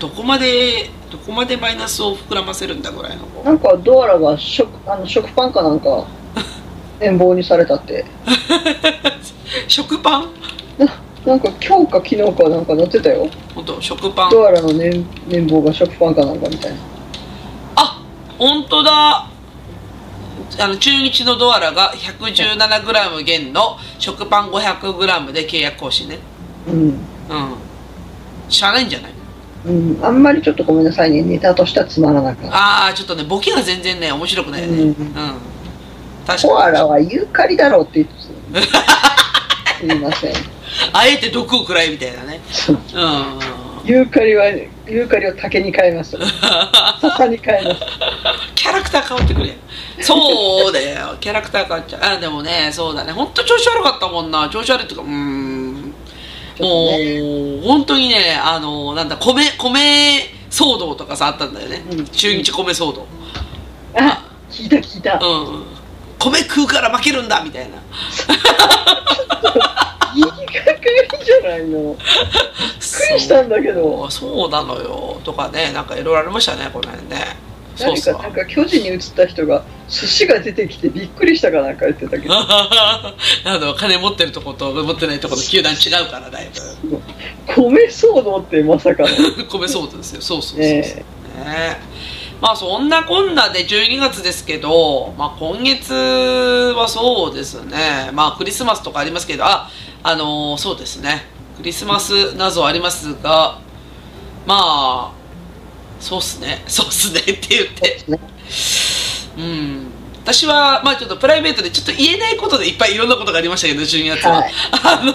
S2: どこまでどこまでマイナスを膨らませるんだぐらいの
S3: なんかドアラが食あの食パンかなんか、遠望にされたって。
S2: 食パン
S3: なんか今日か昨日かなんかなってたよ。
S2: 本当食パン
S3: ドアラの年年俸が食パンかなんかみたいな。
S2: あ本当だあの中日のドアラが 117g 減の食パン 500g で契約更新ね
S3: うん。
S2: うんしゃあないんじゃない
S3: うん、あんまりちょっとごめんなさいね、ネタとしてはつまらなかった。
S2: ああちょっとねボケが全然ね面白くないよね
S3: う
S2: うんん確
S3: コ
S2: か
S3: ア
S2: に
S3: ラはユーカリだろうって言ってた。すみません。
S2: あえて毒を食らいみたいなね
S3: そう
S2: うんうんうん
S3: ユーカリは、ユーカリを竹に変えました。笹に変えました。
S2: キャラクター変わってくれそうだよ キャラクター変わっちゃうあでもねそうだね本当調子悪かったもんな調子悪いっていうかうーんもう、本当にねあのなんだ米米騒動とかさあったんだよね、
S3: うん
S2: 中日米騒動
S3: あ、聞いた聞い
S2: う
S3: た。
S2: ん、米食うから負けるんだみたいな
S3: 言いがかりじゃないの。びっくりしたんだけど。
S2: そうそうなのよとかねなんかいろいろありましたねこの辺ねそうっ
S3: 何
S2: す
S3: か、
S2: わ
S3: なんか巨人に移った人が、寿司が出てきてびっくりしたかなんか言ってたけど、
S2: あの金持ってるとこと持ってないとこの球団違うからだいぶ
S3: 米騒動ってまさ かの。
S2: 米騒動ですよそうそうそうそう、
S3: ねえ
S2: ねまあそんなこんなで12月ですけど、まあ、今月はそうですねまあクリスマスとかありますけどああのーそうですねクリスマス謎ありますがまあそうっすね そうっすねって言ってうん私は、まあ、ちょっとプライベートでちょっと言えないことでいっぱいいろんなことがありましたけど12月は、
S3: はい
S2: あの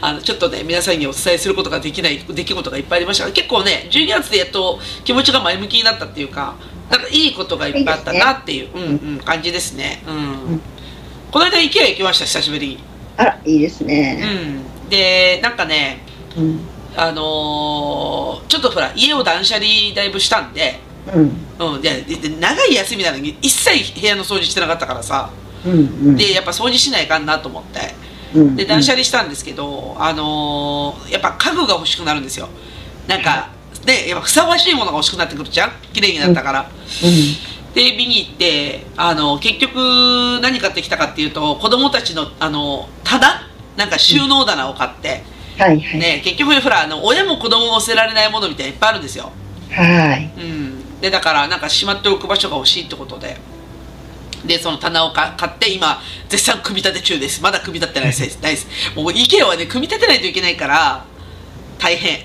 S2: あのちょっとね皆さんにお伝えすることができない出来事がいっぱいありましたが結構ね12月でやっと気持ちが前向きになったっていうかなんかいいことがいっぱいあったなっていううんうん、感じですね、うん
S3: うん
S2: この間 IKEA 行きました久しぶりに、
S3: あら、いいですね。
S2: うん、でなんかね
S3: うん。
S2: あのーちょっとほら家を断捨離だいぶしたんで,、
S3: うん。
S2: うん、ででで長い休みなのに一切部屋の掃除してなかったからさ
S3: うん。うん
S2: でやっぱ掃除しないかんなと思って
S3: うん
S2: で断捨離したんですけど、あのーやっぱ家具が欲しくなるんですよなんかねやっぱふさわしいものが欲しくなってくるじゃん綺麗になったから、で見に行ってあの結局何買ってきたかっていうと子供たちのあの棚なんか収納棚を買って、
S3: はいはい。
S2: ね、結局ほらあの親も子供も捨てられないものみたいないっぱいあるんですよ、
S3: はい。
S2: うん、でだからなんかしまっておく場所が欲しいってことででその棚をか買って今絶賛組み立て中ですまだ組み立ってないですないですもう IKEA はね組み立てないといけないから大変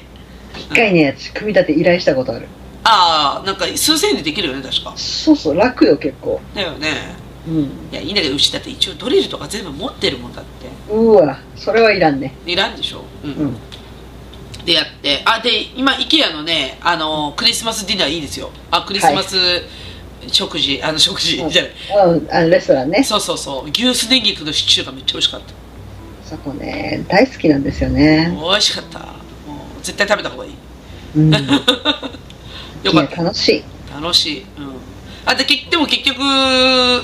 S3: 一回ね、私、組み立て依頼したことある。
S2: ああなんか数千円でできるよね確か
S3: そうそう、楽よ、結構。
S2: だよね
S3: うん。
S2: いやいいんだけどうちだって一応ドリルとか全部持ってるもんだって
S3: うわ、それはいらんね。
S2: いらんでしょ、うん
S3: うん。
S2: でやってあで今 IKEA のねあのクリスマスディナーいいですよあクリスマス食事、あの食事じゃない
S3: うん、あレストランね。
S2: そうそうそう牛すね肉のシチューがめっちゃ美味しかった
S3: そこね、大好きなんですよ
S2: 美
S3: ね。
S2: 味しかったもう絶対食べた方がいい
S3: うん。
S2: よかっ
S3: いや楽しい。
S2: た楽しい、うん、あでけでも結局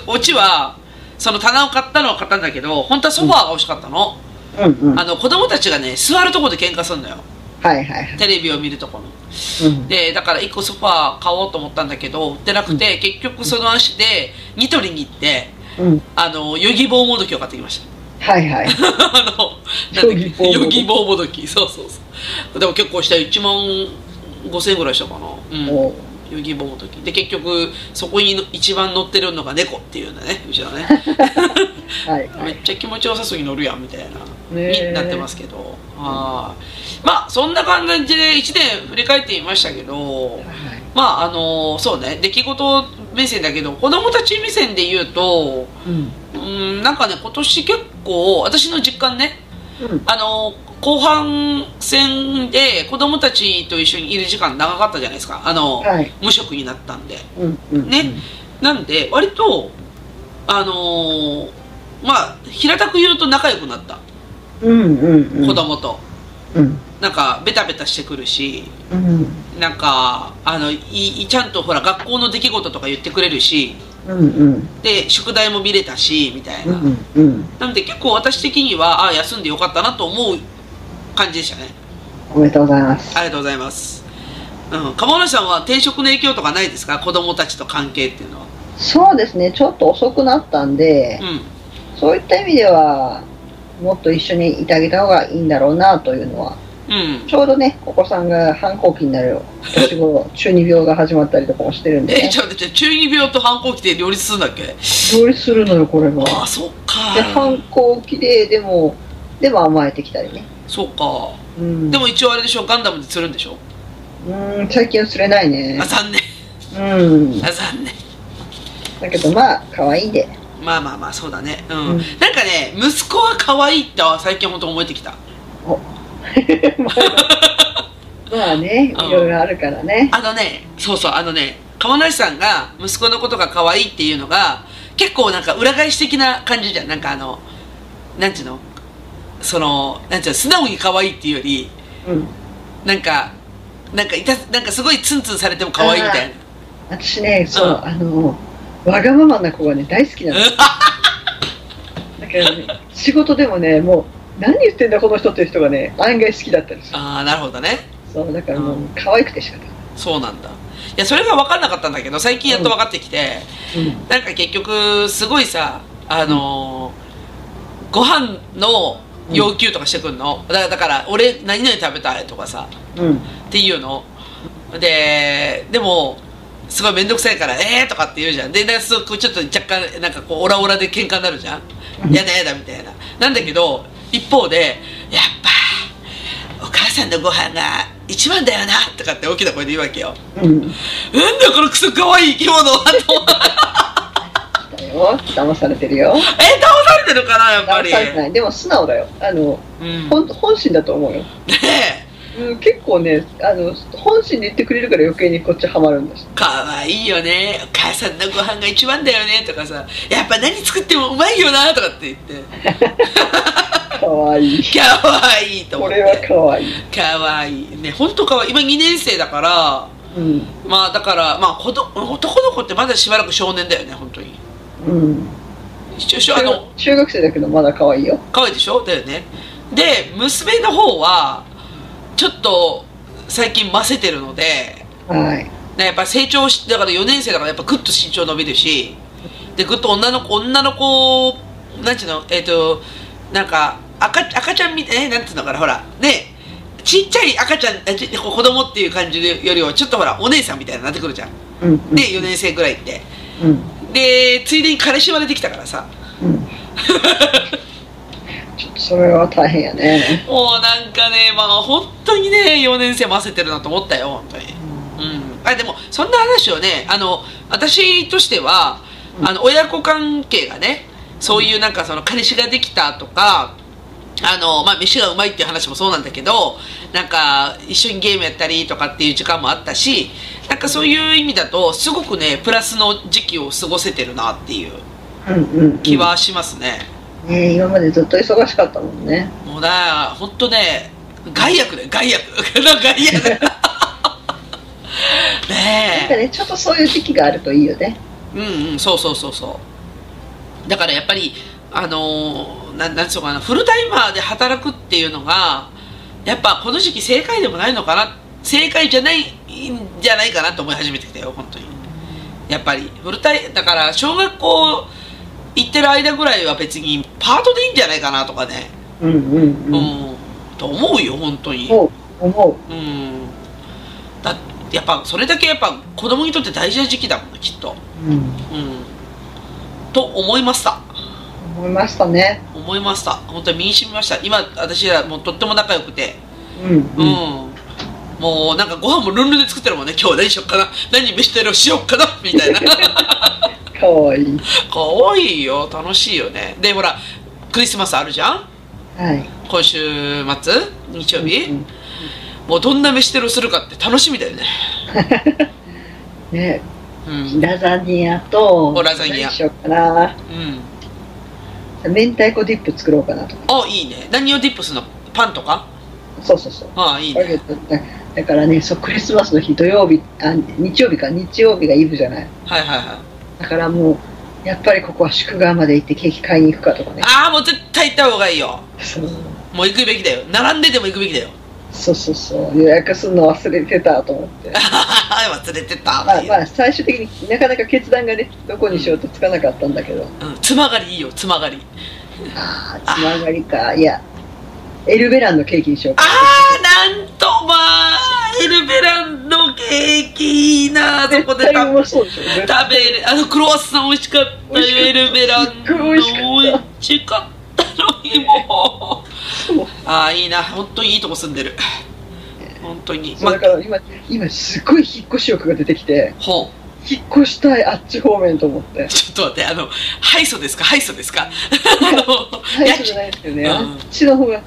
S2: オチはその棚を買ったのは買ったんだけど本当はソファーが欲しかったの,、
S3: うんうん。は
S2: あの子供たちがね座るとこで喧嘩するのよ
S3: いはいはい。
S2: テレビを見るとこの
S3: うん。
S2: でだから1個ソファー買おうと思ったんだけど売ってなくて、結局その足でニトリに行って
S3: うん。
S2: あのヨギボーもどきを買ってきました
S3: はいはい。
S2: あのなんだっ
S3: ヨギボ
S2: け
S3: ーも
S2: ヨ
S3: どき
S2: ギボーもどきそうそうそうでも結構した1万5000円ぐらいしたかなうん
S3: も
S2: ヨギボーもどきで結局そこにの一番乗ってるのが猫っていうんだねうちの ね
S3: う、はいは
S2: め
S3: い。
S2: っちゃ気持ちよさそうに乗るやんみたいな
S3: ねえ
S2: になってますけどはいまあそんな感じで1年振り返ってみましたけど
S3: はい
S2: まああのそうね出来事目線だけど子供たち目線で言うと
S4: うん。
S2: うんなんかね今年結構私の実感ね
S3: うん。
S2: あの後半戦で子供たちと一緒にいる時間長かったじゃないですかあの、
S3: はい。
S2: 無職になったんで
S3: うん。うん。
S2: ねなんで割とあのーまあ平たく言うと仲良くなった
S3: うん。うん。うん。
S2: 子。供と、
S3: うん。
S2: なんかベタベタしてくるし
S3: うん。
S2: なんかあのいいちゃんとほら学校の出来事とか言ってくれるし
S3: うん。うん。
S2: で宿題も見れたしみたいな、
S3: うん。うん。
S2: なので結構私的にはあ休んでよかったなと思う感じでしたね
S3: おめでとうございます。
S2: ありがとうございます、うん、鴨野さんは転職の影響とかないですか子供たちと関係っていうのは
S3: そうですね。ちょっと遅くなったんで、
S2: う
S3: そういった意味では、もっと一緒にいてあげた方がいいんだろうなというのは、
S2: んうん
S3: ちょうどね、お子さんが反抗期になる年頃、中二病が始まったりとかもしてるんで、
S2: え
S3: ね
S2: ち、ょっと待って中二病と反抗期で両立するんだっけ
S3: 料理するのよ、これも。
S2: ああそっ
S3: で、
S2: か
S3: 反抗期で、でも、でも甘えてきたりね。
S2: そうか
S3: うん。
S2: でも一応あれでしょガンダムで釣るんでしょ
S3: うん、最近は釣れないね
S2: あ。残念
S3: うん。
S2: あ残念
S3: だけど、まあ、可愛いんで。
S2: まあまあまあそうだねうん、
S3: うん
S2: なんかね息子は可愛いって最近本当思えてきた
S3: まあね、い
S2: うん
S3: ろいろあるからね。
S2: あのねそうそうあのね鴨梨さんが息子のことが可愛いっていうのが結構なんか裏返し的な感じじゃんなんかあのなんていうのそのなんていうの素直に可愛いっていうより
S3: うん。
S2: なんかなんかいたなんかすごいツンツンされても可愛いみたいな
S3: 私ね、そう、
S2: うん
S3: あの、わがままな子がね、大好きなの。だからね、仕事でもね、もう、何言ってんだこの人っていう人がね、案外好きだったりする。
S2: ああなるほどね
S3: そう、だからもう
S2: うん、
S3: 可愛くて仕方ない。
S2: そうなんだいやそれが分かんなかったんだけど最近やっと分かってきて、なんか結局すごいさあのーご飯の要求とかしてくんの、だからだから俺何々食べたいとかさ
S3: うん。うん。
S2: っていうのででもすごい面倒くさいから「えー!」とかって言うじゃんでなんかすごくちょっと若干なんかこうオラオラで喧嘩になるじゃん「やだやだ」みたいななんだけど一方で「やっぱお母さんのご飯が一番だよな」とかって大きな声で言うわけよ
S3: うん。
S2: なんだよこのクソ可愛い生き物はと
S3: だよ。騙されてるよ。
S2: えー騙されてるかなやっぱ
S3: 騙
S2: り
S3: されてない。でも素直だよ。あの、
S2: うん
S3: ほん本心だと思うよ。
S2: ねえ
S3: うん、結構ね、あの、本心で言ってくれるから余計にこっちハマるんです。
S2: 可愛いよねお母さんのご飯が一番だよねとかさやっぱ何作ってもうまいよなとかって言って
S3: かわいい。
S2: 可愛いと思
S3: こ
S2: っ
S3: れは
S2: て
S3: かわいい。
S2: 可愛いね本当可愛い今2年生だから
S3: うん。
S2: まあだからまあ子ど男の子ってまだしばらく少年だよね本当に
S3: うん。
S2: 一応あの
S3: 中学生だけどまだ可愛いよ。
S2: 可愛いでしょだよねで娘の方はちょっと最近ませてるので
S3: はい。
S2: ねやっぱ成長しだから4年生だからやっぱグッと身長伸びるしでグッと女の子女の子なんていうのえっ、となんか赤赤ちゃんみたいえなんていうのかなほらねちっちゃい赤ちゃんあち子供っていう感じよりはちょっとほらお姉さんみたいになってくるじゃん
S3: うん。
S2: で4年生ぐらいって
S3: うん。
S2: でついでに彼氏までできたからさ
S3: うん。ちょっとそれは大変やね。
S2: もうなんかねまあ本当にね4年生混ぜてるなと思ったよ本当にうん、あでもそんな話をねあの私としてはあの親子関係がねそういうなんかその彼氏ができたとかあの、まあ、飯がうまいっていう話もそうなんだけどなんか一緒にゲームやったりとかっていう時間もあったしなんかそういう意味だとすごくねプラスの時期を過ごせてるなっていう
S3: うんうん、うん。
S2: 気はしますね、
S3: ね今までずっと忙しかったもんね。
S2: もうねほんとね害悪だよ害悪 害悪
S3: な
S2: ね
S3: ん
S2: え
S3: かね、ちょっとそういう時期があるといいよね。
S2: うんうんそうそうそうそうだからやっぱりあのー、ななんつうのかなフルタイマーで働くっていうのがやっぱこの時期正解でもないのかな正解じゃないんじゃないかなと思い始めてきたよ本当にやっぱりフルタイだから小学校行ってる間ぐらいは別にパートでいいんじゃないかなとかね
S3: うんうん
S2: う、
S3: うんん。
S2: と思うよ本当に
S3: 思う、思
S2: うんだやっぱそれだけやっぱ子供にとって大事な時期だもんねきっと
S3: う。うん。
S2: うんと思いました
S3: 思いましたね。
S2: 思いました本当に身にしみました今私らもうとっても仲良くて
S3: うん。
S2: うん、もうなんかご飯もルンルンで作ってるもんね今日は何しよっかな何飯テロしよっ かなみたいな
S3: かわいい。
S2: かわいいよ楽しいよねでほらクリスマスあるじゃん
S3: はい。
S2: 今週末日曜日、
S3: うん
S2: もうどんな飯テロするかって楽しみだよね
S3: ね、
S2: うん
S3: ラザニアと、
S2: おラザニア
S3: 何しようかな。
S2: うん
S3: 明太子ディップ作ろうかなと。
S2: あいいね何をディップするのパンとか
S3: そうそうそう。
S2: ああいい
S3: だけ
S2: ね
S3: どだだからねそう、クリスマスの日、土曜日あ、日曜日か、日曜日がイブじゃない。
S2: はいはいはい
S3: だからもう、やっぱりここは祝賀まで行ってケーキ買いに行くかとかね。
S2: ああもう絶対行った方がいいよ
S3: そう
S2: もう行くべきだよ並んでても行くべきだよ
S3: そうそうそう、予約するの忘れてたと思って。
S2: 忘れてた、
S3: まあまあ、最終的になかなか決断がね、どこにしようとつかなかったんだけど、
S2: うん、つまがりいいよつまがり
S3: ああ、つながりか、いや、エルベランのケーキにしよう
S2: あ
S3: か。
S2: あなんとまあエルベランのケーキいいなそこで
S3: 絶対う
S2: 食べ
S3: まそうでしょ。絶対
S2: 食べるあのクロワッサン美味しかった
S3: 美味しかった
S2: エルベランの
S3: すっごい美味しかった
S2: 美味しかったのにも
S3: そう
S2: ああいいな本当にいいとこ住んでる本当に
S3: そう
S2: ま
S3: だから今、今すごい引っ越し欲が出てきて、
S2: ほん
S3: 引っ越したい、あっち方面と思って。
S2: ちょっと待ってあのハイソですかハイソですかあの
S3: 最
S2: 焼
S3: 初
S2: き
S3: じゃないですけどね、
S2: うん
S3: あっちの方が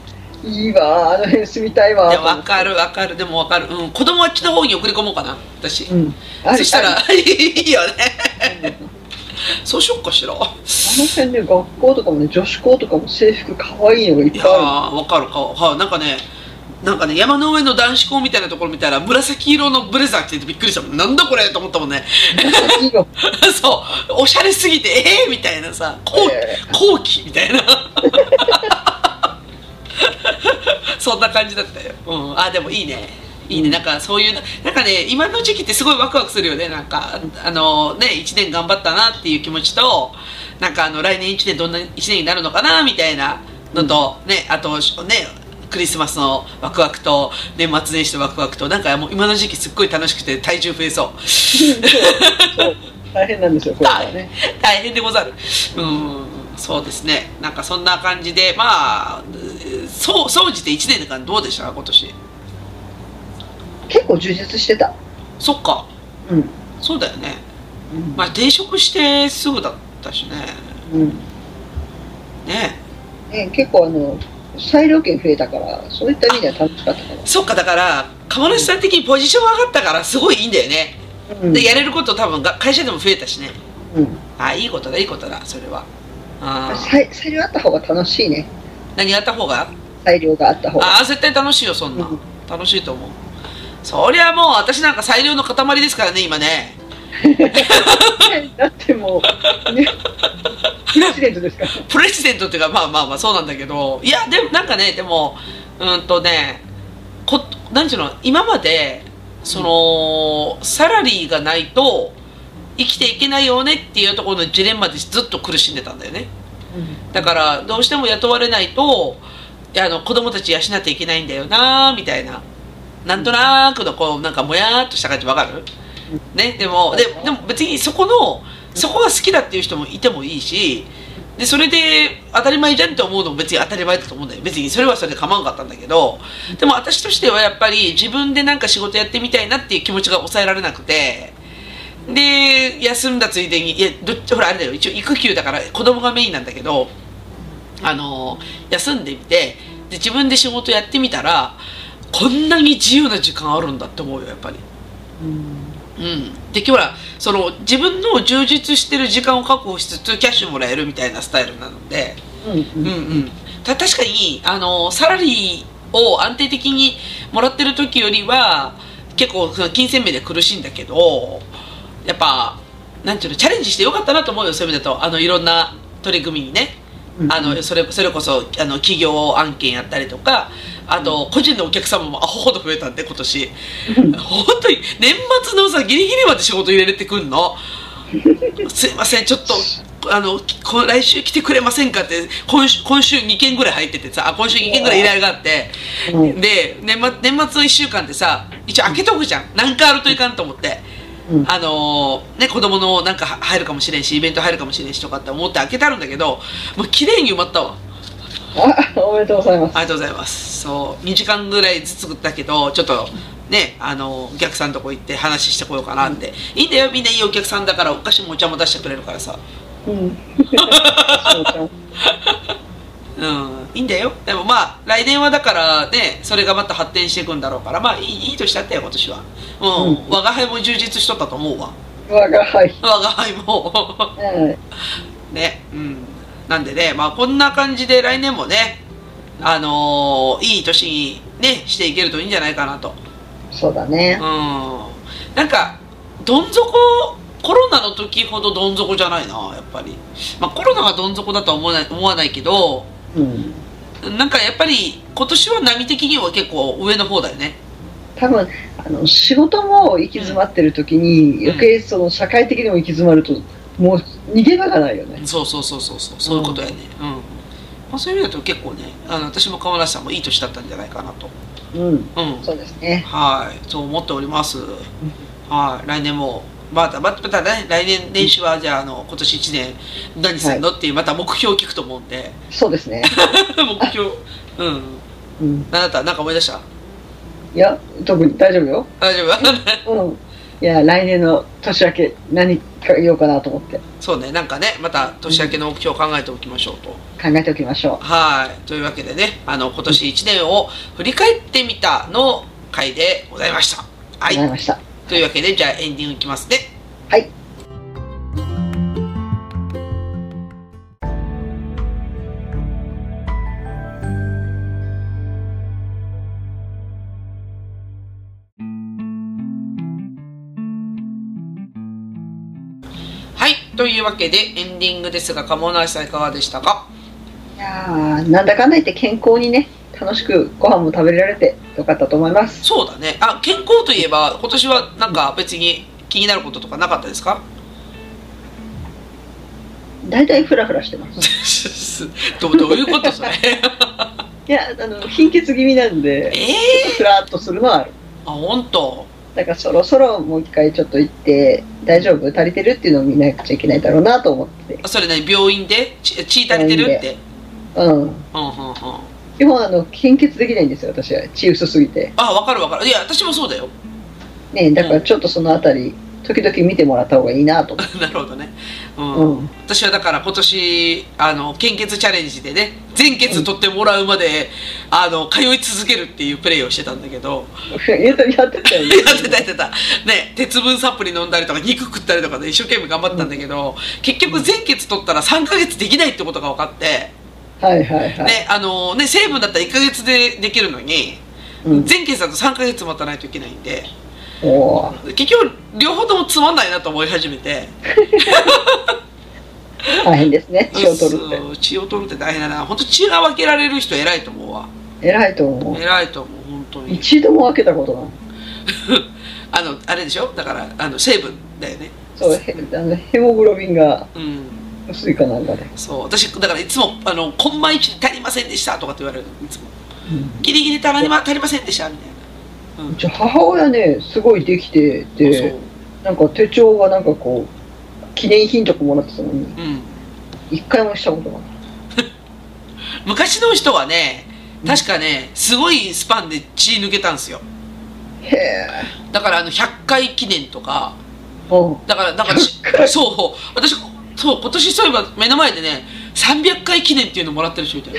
S3: いいわ、あの辺住みたいわ。
S2: い
S3: と
S2: や、
S3: 思って
S2: わかるわかる。でもわかる。うん。子供はあっちの方に送り込もうかな。私。
S3: うん。あ
S2: そした
S3: あ
S2: ら、いいよね。
S3: あ
S2: そうしよっかしら。
S3: の辺ね、学校とかもね、女子校とかも制服かわいいのがいっ
S2: い
S3: ぱい
S2: やー、
S3: あ
S2: わかるか。はなんかね、なんかね、山の上の男子校みたいなところ見たら、紫色のブレザー着ててびっくりしたもん。なんだこれと思ったもんね。
S3: る。紫色。
S2: そう。おしゃれすぎて、えーみたいなさ、後期、
S3: え
S2: 後期みたいな。 そんな感じだったよ。うん。あ、でもいいね。いいね。なんかそういう、なんかね、今の時期ってすごいワクワクするよね。なんか、あのね、一年頑張ったなっていう気持ちと、なんかあの、来年一年どんな一年になるのかなみたいなのと、ね、あと、ね、クリスマスのワクワクと年末年始のワクワクとなんかもう今の時期すっごい楽しくて体重増えそう
S3: そう。大変なんですよ、これはね。
S2: 大変でござるうんそうですねなんかそんな感じでまあそう総じて1年間どうでした今年
S3: 結構充実してた。
S2: そっか
S3: うん。
S2: そうだよねまあ転職してすぐだったしね
S3: うん。
S2: ね
S3: ね、結構あの、裁量権増えたから、そういった意味では楽しかったか
S2: そっかだから釜梨さん的にポジション上がったからすごいいいんだよね、
S3: な。うん。
S2: でやれること多分が会社でも増えたしね
S3: うん。
S2: あいいことだいいことだそれはあー
S3: 裁裁量あった方が楽しいね。
S2: 何やった方が
S3: 裁量があった方が。
S2: ああ絶対楽しいよそんな、
S3: うん
S2: 楽しいと思うそりゃもう私なんか最良の塊ですからね今ね
S3: だっても う、ね、プレジデントですから。
S2: プレジデントっていうかまあまあまあそうなんだけどいやでもなんかねでもうんとねこなんていうの今までその、サラリーがないと生きていけないよねっていうところのジレンマでずっと苦しんでたんだよねだからどうしても雇われないといやあの子供たち養っていけないんだよなみたいななんとなくのこうなんかもやーっとした感じわかるねでもででも別にそこのそこが好きだっていう人もいてもいいしでそれで当たり前じゃんって思うのも別に当たり前だと思うんだよ別にそれはそれで構わんかったんだけどでも私としてはやっぱり自分でなんか仕事やってみたいなっていう気持ちが抑えられなくてで休んだついでにいやどっちほらあれだよ一応育休だから子供がメインなんだけどあの休んでみてで自分で仕事やってみたらこんなに自由な時間あるんだって思うよやっぱり。
S3: うん。
S2: うん、で今日はその自分の充実してる時間を確保しつつキャッシュもらえるみたいなスタイルなので、
S3: うん。
S2: うん
S3: う。
S2: うんん、た確かにあのサラリーを安定的にもらってる時よりは結構その金銭面で苦しいんだけどやっぱなんていうのチャレンジしてよかったなと思うよそういう意味だとあのいろんな取り組みにね。
S3: うん
S2: あのそれそれこそあの企業案件やったりとかあと個人のお客様もアホほど増えたんで今年本当に年末のさギリギリまで仕事入れてくん のすいませんちょっとあのこ来週来てくれませんかって今週今週2件ぐらい入っててさあ今週2件ぐらい依頼があって
S3: うん
S2: で年末年末の1週間ってさ一応開けとくじゃん何かあるといかんと思って。
S3: うん
S2: あのーね、子供のなんかは入るかもしれんしイベント入るかもしれんしとかって思って開けてあるんだけどもう綺麗に埋まったわ
S3: あ、おめでとうございます。
S2: ありがとうございますそう2時間ぐらいずつだけどちょっとね、あの、お客さんとこ行って話してこようかなって。いいんだよ、みんないいお客さんだからお菓子もお茶も出してくれるからさ。
S3: うん。そうか
S2: うん、いいんだよ。でもまあ、来年はだからね、それがまた発展していくんだろうから、まあ、いい、いい年だったよ、今年は。うん。
S3: うん
S2: 我が輩も充実しとったと思うわ。
S3: 我が輩。
S2: 我が輩も。
S3: はい。
S2: ね。うん。なんでね、まあ、こんな感じで来年もね、あのーいい年にね、していけるといいんじゃないかなと。
S3: そうだ
S2: うん
S3: ね。。
S2: なんか、どん底、コロナの時ほどどん底じゃないな、やっぱり。まあ、コロナがどん底だとは思わない、思わないけど、
S3: うん。
S2: なんかやっぱり今年は波的には結構上の方だよね。
S3: 多分あの仕事も行き詰まってる時に、
S2: うん
S3: 余計その社会的にも行き詰まるともう逃げ場がないよね
S2: そうそうそうそうそうそういうことやね。うん。まあそういう意味だと結構ね、あの私も川梨さんもいい年だったんじゃないかなと。
S3: うん
S2: うん。
S3: そうですね
S2: はい、そう思っております。はい、来年も。また、また、またね、来年年始は、じゃあ、あの、今年一年、何するのっていう、また目標を聞くと思うんで。
S3: そうですね、
S2: 目標。うん。
S3: うん、
S2: あなた、なんか思い出した
S3: いや特に大丈夫よ、
S2: 大丈夫
S3: うん、いや来年の年明け何か言おうかなと思って
S2: そうね、なんかね、また年明けの目標を考えておきましょうと。
S3: 考えておきましょ
S2: はい。というわけでね、あの、今年1年を振り返ってみたの回でございました。は
S3: うござい
S2: い。
S3: ました
S2: というわけで、じゃあエンディングいきますね。
S3: はい。
S2: はい。というわけで、エンディングですが、鴨梨さんいかがでしたか
S3: いやーなんだかんだ言って健康にね楽しくご飯も食べられてよかったと思います
S2: そうだね。あ、健康といえば、今年はなんか別に気になることとかなかったです か
S3: 大体フラフラしてます
S2: どどういうことそれ。
S3: いやあの貧血気味なんで
S2: ええ
S3: フラっとするのはある
S2: あ、本当。
S3: だからそろそろもう一回ちょっと行って大丈夫足りてるっていうのを見なくちゃいけないだろうなと思って
S2: あそれ何病院で血血足りてるって。
S3: うん
S2: うんうんうん。
S3: 基本あの献血できないんですよ私は血薄すぎて
S2: あ、わかるわかる。いや、私もそうだよ。
S3: ねだからちょっとそのあたり時々見てもらった方がいいなと思って
S2: なるほどね。
S3: う
S2: うん。
S3: ん
S2: 私はだから今年、あの、献血チャレンジでね、全血取ってもらうまで、あの、通い続けるっていうプレイをしてたんだけど、
S3: 言うと やってたよね
S2: やってたやってた。ね、鉄分サプリ飲んだりとか、肉食ったりとかで一生懸命頑張ったんだけど、結局全血取ったら3ヶ月できないってことが分かって、
S3: はいはいはい、
S2: ね、あの、ね、成分だったら1ヶ月でできるのに、
S3: うん、
S2: 全血だと3ヶ月待たないといけないんで、
S3: おー
S2: 結局両方ともつまんないなと思い始めて、
S3: 大変ですね血を取る
S2: そ
S3: っ
S2: う血を取るって大変だな本当血が分けられる人偉いと思うわ
S3: て偉いと思う
S2: 偉いと思う本当に
S3: 一度も分けたことない
S2: あのあれでしょだからあの成分だよね
S3: そうへあのヘモグロビンが
S2: うん
S3: 薄いかなんかで、
S2: そう私だからいつも「あのコンマ1足りませんでした」とかって言われるいつも「ギリギリ足りま足りませんでした」みたいな、うん
S3: じゃ母親ねすごいできてて
S2: そう
S3: なんか手帳がなんかこう記念品とかもらってたのに
S2: うん、
S3: 一回もしたことがない
S2: 昔の人はね確かねすごいスパンで血抜けたんですよ
S3: へえ
S2: だからあの100回記念とか
S3: うん
S2: だから、なんかし、そう、私、そう、今年そういえば目の前でね、300回記念っていうのもらってる人いたよ。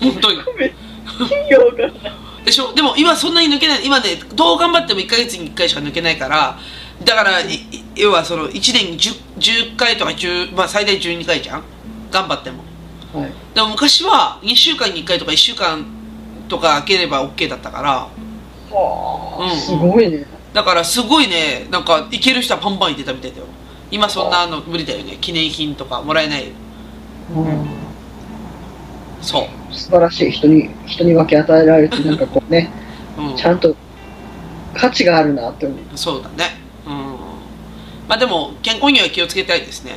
S2: 本当に。
S3: 意味が分からない
S2: でしょでも今そんなに抜けない。今ね、どう頑張っても1ヶ月に1回しか抜けないから、だから、いい要はその1年に 10, 10回とか10、まあ最大12回じゃん頑張っても。
S3: はい
S2: でも昔は2週間に1回とか1週間とか開ければ OK だったから、
S3: はあ、
S2: うん
S3: すごいね
S2: だからすごいねなんかいける人はパンパンいってたみたいだよ今そんなあの無理だよね記念品とかもらえない
S3: うん
S2: そう、
S3: 素晴らしい人に人に分け与えられてなんかこうね
S2: うん
S3: ち、ゃんと価値があるなって思
S2: そうだねうんまあでも健康には気をつけたいですね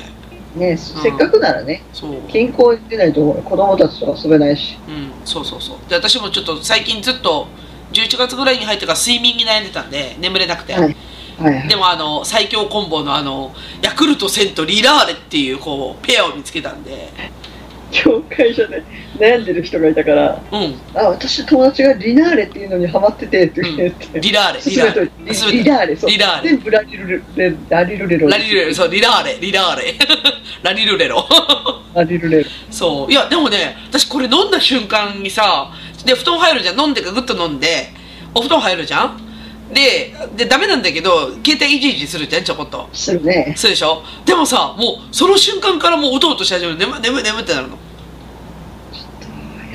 S3: うねせっかくならね
S2: そう、うん、
S3: 健康でないとほら子供たちと遊べないし
S2: そうそうそうで私もちょっと最近ずっと11月ぐらいに入ってから睡眠に悩んでたんで眠れなくて、
S3: はいはいはい
S2: でもあの最強コンボのあのヤクルト1000とリラーレっていうこうペアを見つけたんで
S3: 業界所で悩んでる人がいたから、
S2: うん。
S3: あ、私友達がリナーレっていうのにハマっててって言って、
S2: リラーレ。リ
S3: 勧
S2: ラ
S3: めとい
S2: ー
S3: て
S2: レ。勧めとい
S3: リ
S2: て
S3: ナーレ、そう。
S2: リナーレ
S3: 全部ラリルレ、ラリルレロ。
S2: ラリルレロ、そう、リラーレ、リラーレ。 ラリルレロ。
S3: ラリルレロ。
S2: そう。いや、でもね、私これ飲んだ瞬間にさ、で、布団入るじゃん。飲んでかぐっと飲んで、お布団入るじゃん。で、で、ダメなんだけど、携帯いじいじするじゃん、ちょこっと。
S3: するね。
S2: そうでしょでもさ、もう、その瞬間からもう、おとおとし始める。眠、眠、眠ってなるの。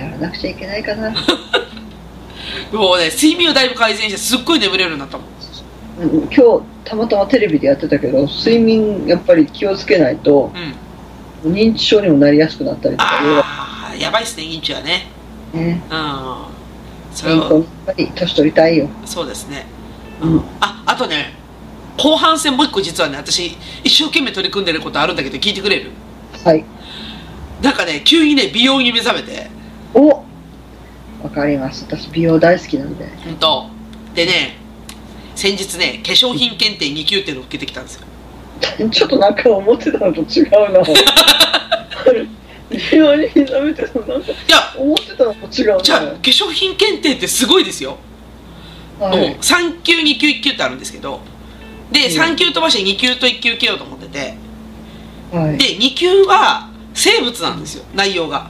S3: やらなくちゃいけないかな。
S2: もうね、睡眠をだいぶ改善して、すっごい眠れるようになったもん。
S3: うん今日たまたまテレビでやってたけど睡眠やっぱり気をつけないと
S2: うん。
S3: 認知症にもなりやすくなったりとかいろいろ
S2: ああ、やばいっすね、インチはね。
S3: ね
S2: うん。それ
S3: いい
S2: は
S3: 子、やっぱり年取りたいよ
S2: そうですね。
S3: うん
S2: あ、あとね、後半戦もう一個実はね、私、一生懸命取り組んでることあるんだけど、聞いてくれる
S3: はい
S2: なんかね、急にね、美容に目覚めて、
S3: おわかります私美容大好きなんで
S2: ほんと。でね、先日ね、化粧品検定2級っていうのを受けてきたんですよ。
S3: ちょっとなんか思ってたのと違うな美容に目覚めてたのなんか
S2: いや、
S3: 思ってたのと違う
S2: じゃあ、化粧品検定ってすごいですよ。
S3: なは
S2: もう
S3: い
S2: 3級2級1級ってあるんですけどで
S3: うん
S2: 3級飛ばして2級と1級受けようと思ってて
S3: はい
S2: で2級は生物なんですよ内容が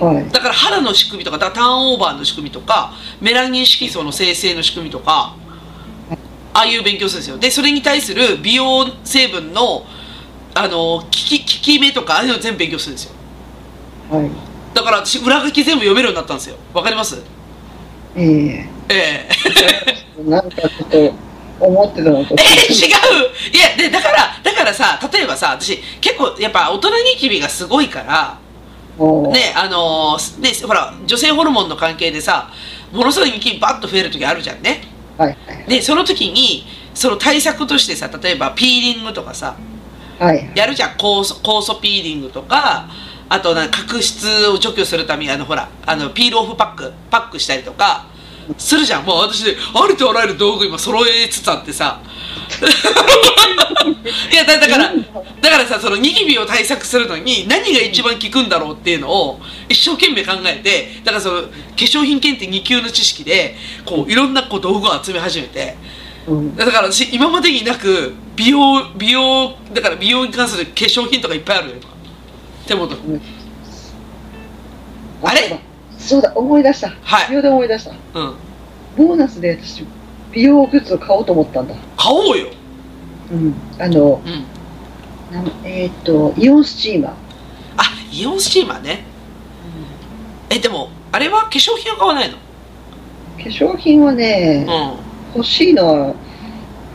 S3: はい
S2: だから肌の仕組みとかだからターンオーバーの仕組みとかメラニン色素の生成の仕組みとかああいう勉強するんですよでそれに対する美容成分のあの効き効き目とかああいうの全部勉強するんですよ
S3: はい
S2: だから私裏書き全部読めるようになったんですよわかります
S3: ええ
S2: ええ
S3: なんかちょっと思ってたのと違
S2: え違
S3: う
S2: ういやでだからだからさ例えばさ私結構やっぱ大人ニキビがすごいから
S3: もう
S2: ねあのーねほら女性ホルモンの関係でさものすごいニキビバッと増える時あるじゃんね
S3: はいはい
S2: でその時にその対策としてさ例えばピーリングとかさ
S3: はい
S2: やるじゃん酵素酵素ピーリングとかあとなんか角質を除去するためにあのほらあのピールオフパックパックしたりとかするじゃんもう私ねありとあらゆる道具今揃えつつあってさいやだだからだからさそのニキビを対策するのに何が一番効くんだろうっていうのを一生懸命考えてだからその化粧品検定2級の知識でこういろんなこう道具を集め始めて
S3: うん
S2: だから私今までになく美容美容だから美容に関する化粧品とかいっぱいあるよ今手元にあれ
S3: そうだ思い出した
S2: はい
S3: 美容で思い出した
S2: うん
S3: ボーナスで私美容グッズを買おうと思ったんだ
S2: 買おうよ
S3: うんあの
S2: うん
S3: なんえっ、とイオンスチーマー
S2: あイオンスチーマーねえでもあれは化粧品は買わないの
S3: 化粧品はね、
S2: うん
S3: 欲しいのは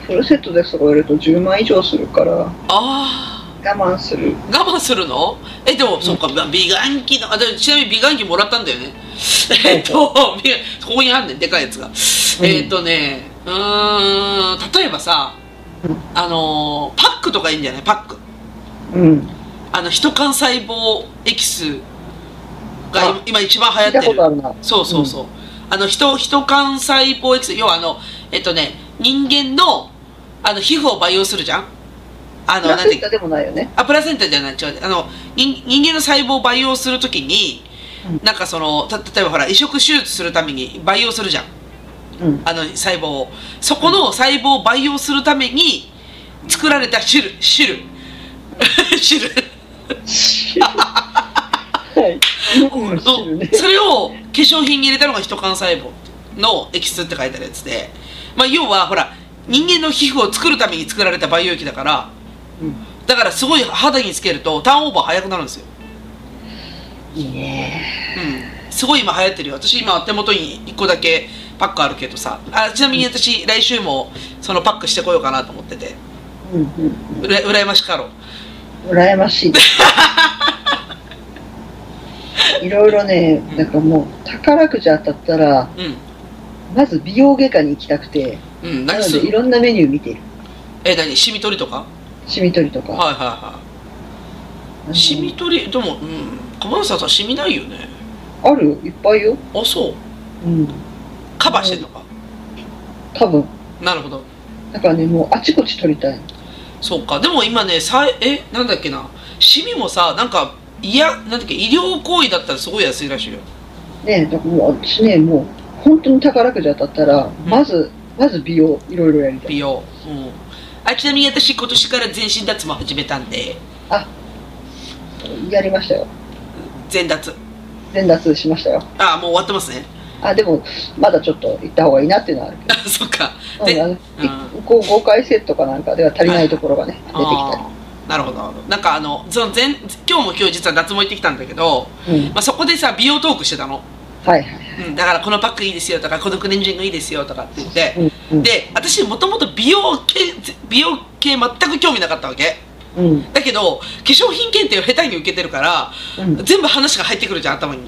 S3: フルセットで揃えると10万以上するから我
S2: あ
S3: 慢する
S2: あ我慢するのえでも、そうか美顔器のあでちなみに美顔器もらったんだよね えっと美ここにあんねんでかいやつが、えっとねうーん例えばさ
S3: うん
S2: あのーパックとかいいんじゃないパック
S3: うん
S2: あの人幹細胞エキスが
S3: あ
S2: 今一番
S3: 聞
S2: 流行
S3: いた
S2: って
S3: ことあ
S2: る
S3: るな
S2: そうそうそう、あの人人幹細胞エキス要はあのえっとね人間のあの皮膚を培養するじゃんあの
S3: プラ
S2: なん
S3: セ
S2: て
S3: ンタでもないよね
S2: あプラセンタじゃない違うあの人人間の細胞を培養するときに、
S3: うん
S2: なんかそのた例えばほら移植手術するために培養するじゃん
S3: うん
S2: あの細胞をそこの細胞を培養するために作られた汁汁 汁
S3: はいうん知るね
S2: それを化粧品に入れたのが人幹細胞のエキスって書いてあるやつで、まあ、要はほら人間の皮膚を作るために作られた培養液だから
S3: うん
S2: だからすごい肌につけるとターンオーバー早くなるんですよ、
S3: いいね
S2: うん、すごい今流行ってるよ私今手元に1個だけパックあるけどさあちなみに私来週もそのパックしてこようかなと思ってて
S3: うんうん
S2: うら羨ましかろう
S3: 羨ましいです いろいろねなんかもう宝くじ当たったら
S2: う
S3: まず美容外科に行きたくて
S2: んうん
S3: な
S2: 何
S3: の
S2: す
S3: でい
S2: る
S3: ろんなメニュー見てる
S2: え何シミ取りとか
S3: シミ取りとか、
S2: はいはいは
S3: あの
S2: いシミ取りでもうん熊野さんさシミないよね
S3: あるいっぱいよ
S2: あそう
S3: うん
S2: カバーしてんのか、
S3: 多分
S2: なるほど
S3: だからねもうあちこち取りたい
S2: そうかでも今ねさええなんだっけなシミもさなんかいや、なんだっけ、医療行為だったらすごい安いらしいよ。
S3: ねえ、だからもう私ね、もう本当に宝くじ当たったら、
S2: ん
S3: まず、まず美容、いろいろやりたい。
S2: 美容。うん。あ、ちなみに私今年から全身脱毛始めたんで、
S3: やりましたよ。
S2: 全脱。
S3: 全脱しましたよ。
S2: あ、もう終わってますね。
S3: あ、でも、まだちょっと行った方がいいなっていうのはあるけ
S2: あ、そっか。
S3: ど、
S2: で
S3: うんあのいこう5回セットかなんかでは足りないところがね、出て
S2: あーなるほどなるほどなんかあのその前今日も今日実は脱毛行ってきたんだけど、
S3: きたり。うん。
S2: まあ、そこでさ美容トークしてたの、
S3: はいはい。
S2: うん、だからこのパックいいですよとかこのクレンジングいいですよとかって言って
S3: うん。
S2: で私もともと美容系美容系全く興味なかったわけ
S3: うん。うん
S2: だけど化粧品検定を下手に受けてるから全部話が入ってくるじゃん頭に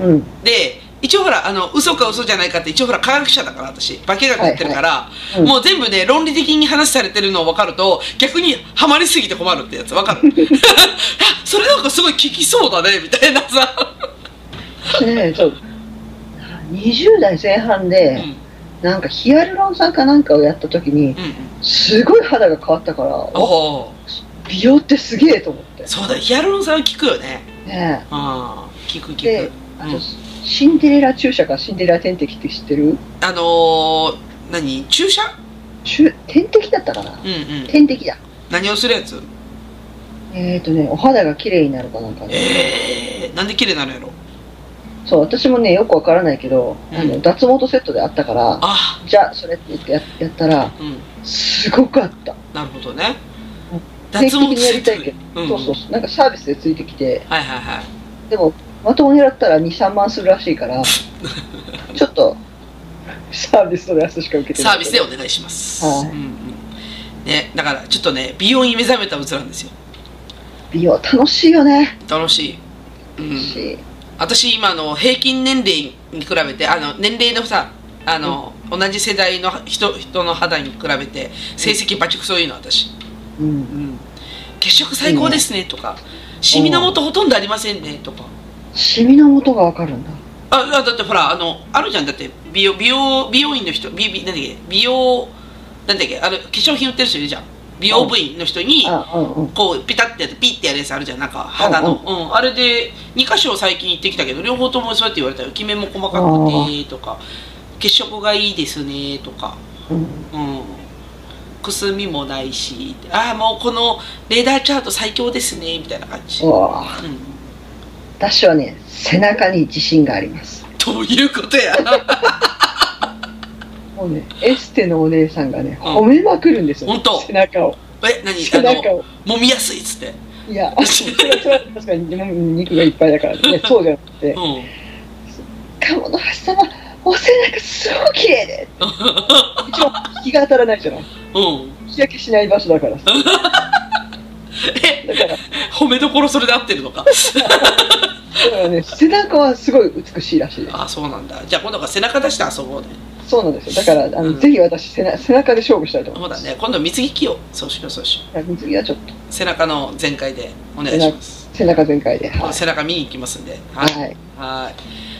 S3: うん。
S2: で一応ほらあの嘘か嘘じゃないかって一応ほら科学者だから私化学やってるから、
S3: いうん
S2: もう全部ね論理的に話されてるのを分かると逆にハマりすぎて困るってやつ分か る あそれなんかすごい効きそうだねみたいなさ、
S3: 私ね、そう。20代前半
S2: うん、う
S3: で
S2: ん、
S3: なんかヒアルロン酸かなんかをやった時
S2: う
S3: に、
S2: ん
S3: すごい肌が変わったから、
S2: おお
S3: 美容ってすげえと思って。
S2: そうだヒアルロン酸は効くよね
S3: ねえ。
S2: あ効く効
S3: で
S2: く、
S3: あ
S2: う
S3: と
S2: ん、
S3: シンデレラ注射かシンデレラ点滴って知ってる
S2: あのー、何注射
S3: 注点滴だったかな
S2: うんうん
S3: 点滴だ。
S2: 何をするやつ
S3: えっ、ー、とね、お肌が綺麗になるかなんかね。
S2: ええー、なんで綺麗なのやろ
S3: そう、私もね、よくわからないけど、
S2: うん
S3: あの脱毛とセットであったから、
S2: あ
S3: じゃあ、それって言ってややったら、
S2: うん
S3: すごかった。
S2: なるほどね
S3: うん
S2: 脱毛
S3: 定期的にやりたいけど
S2: うん
S3: そうそうそう。なんかサービスでついてきて、
S2: はいはいはい
S3: でも、まともにやったら2、3万するらし いから、ちょっと、サービスのやつしか受けて
S2: サ
S3: ない。
S2: ービスでお願いします、
S3: はい
S2: うんうんね、だからちょっとね美容に目覚めたうつなんですよ
S3: 美容楽しいよね。
S2: 楽しい、う
S3: 楽
S2: ん、
S3: しい。
S2: 私今あの平均年齢に比べてあの年齢のさあの、同じ世代の人人の肌に比べて成績バチクソいいの私、
S3: うん
S2: う。ん、血色最高ですねとか、シミの元ほとんどありませんねとか
S3: シミの元がわかるんだ。
S2: ああだってほらあのあるじゃんだって美容美容美容院の人美美なんだっけ美容なんだっけあの化粧品売ってる人いるじゃん美容部員の人に、
S3: あ、うんうん。
S2: こうピタッてやってピッてやるやつあるじゃんなんか肌の、うんあれで2箇所最近行ってきたけど両方ともそうやって言われたよ「きめも細かくて」とか「血色がいいですね」とか
S3: うん
S2: 「うん、くすみもないし」ああもうこのレーダーチャート最強ですね」みたいな感じ、
S3: う
S2: うん、
S3: わぁ私はね、背中に自信があります。
S2: ということや
S3: もうね、エステのお姉さんがね、
S2: うん
S3: 褒めまくるんですよ。
S2: ほんと
S3: 背中を。
S2: え何
S3: 背
S2: あの
S3: 中を。
S2: 揉みやすいっつって
S3: いや、それはそれは確かにもう肉がいっぱいだからね、そうじゃなくて
S2: う、ん
S3: 鴨の橋様、お背中すごく綺麗で。一応、日が当たらないじゃない。
S2: うん
S3: 日焼けしない場所だからさ。
S2: え
S3: だから、
S2: 褒めどころそれで合ってるのか
S3: だからね、背中はすごい美しいらしいです。
S2: ああそうなんだじゃあ今度から背中出して遊ぼうね
S3: そうなんですよ。だから、あの、
S2: うん
S3: ぜひ私背中、背中で勝負したいと思
S2: そ
S3: いうま
S2: だ
S3: す。
S2: ね今度水着着ようそうしようそうしよう
S3: だね。水着はちょっと、
S2: 背中の全開でお願いします。
S3: 背中全開で。
S2: ま
S3: は
S2: あ
S3: い。
S2: 背中見に行きますんで。はい。はい。
S3: はい。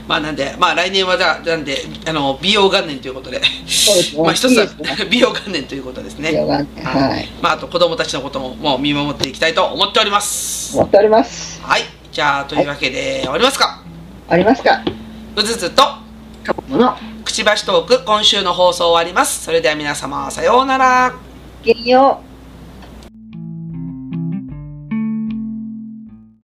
S2: まあなんで、まあ来年はじゃあなんで、あの、美容元年ということで。
S3: そうですね。
S2: まあ一つ
S3: いい
S2: は
S3: ですね。
S2: 美容元年ということです
S3: いや
S2: ね。
S3: わかんないはい。
S2: まああと子供たちのことももう見守っていきたいと思っております。
S3: 持っております。
S2: はい。じゃあというわけで終わりますか。
S3: ありますか
S2: うずずと、
S3: 過去の
S2: くちばしトーク、今週の放送終わります。それでは皆様、さようなら。
S3: 原用。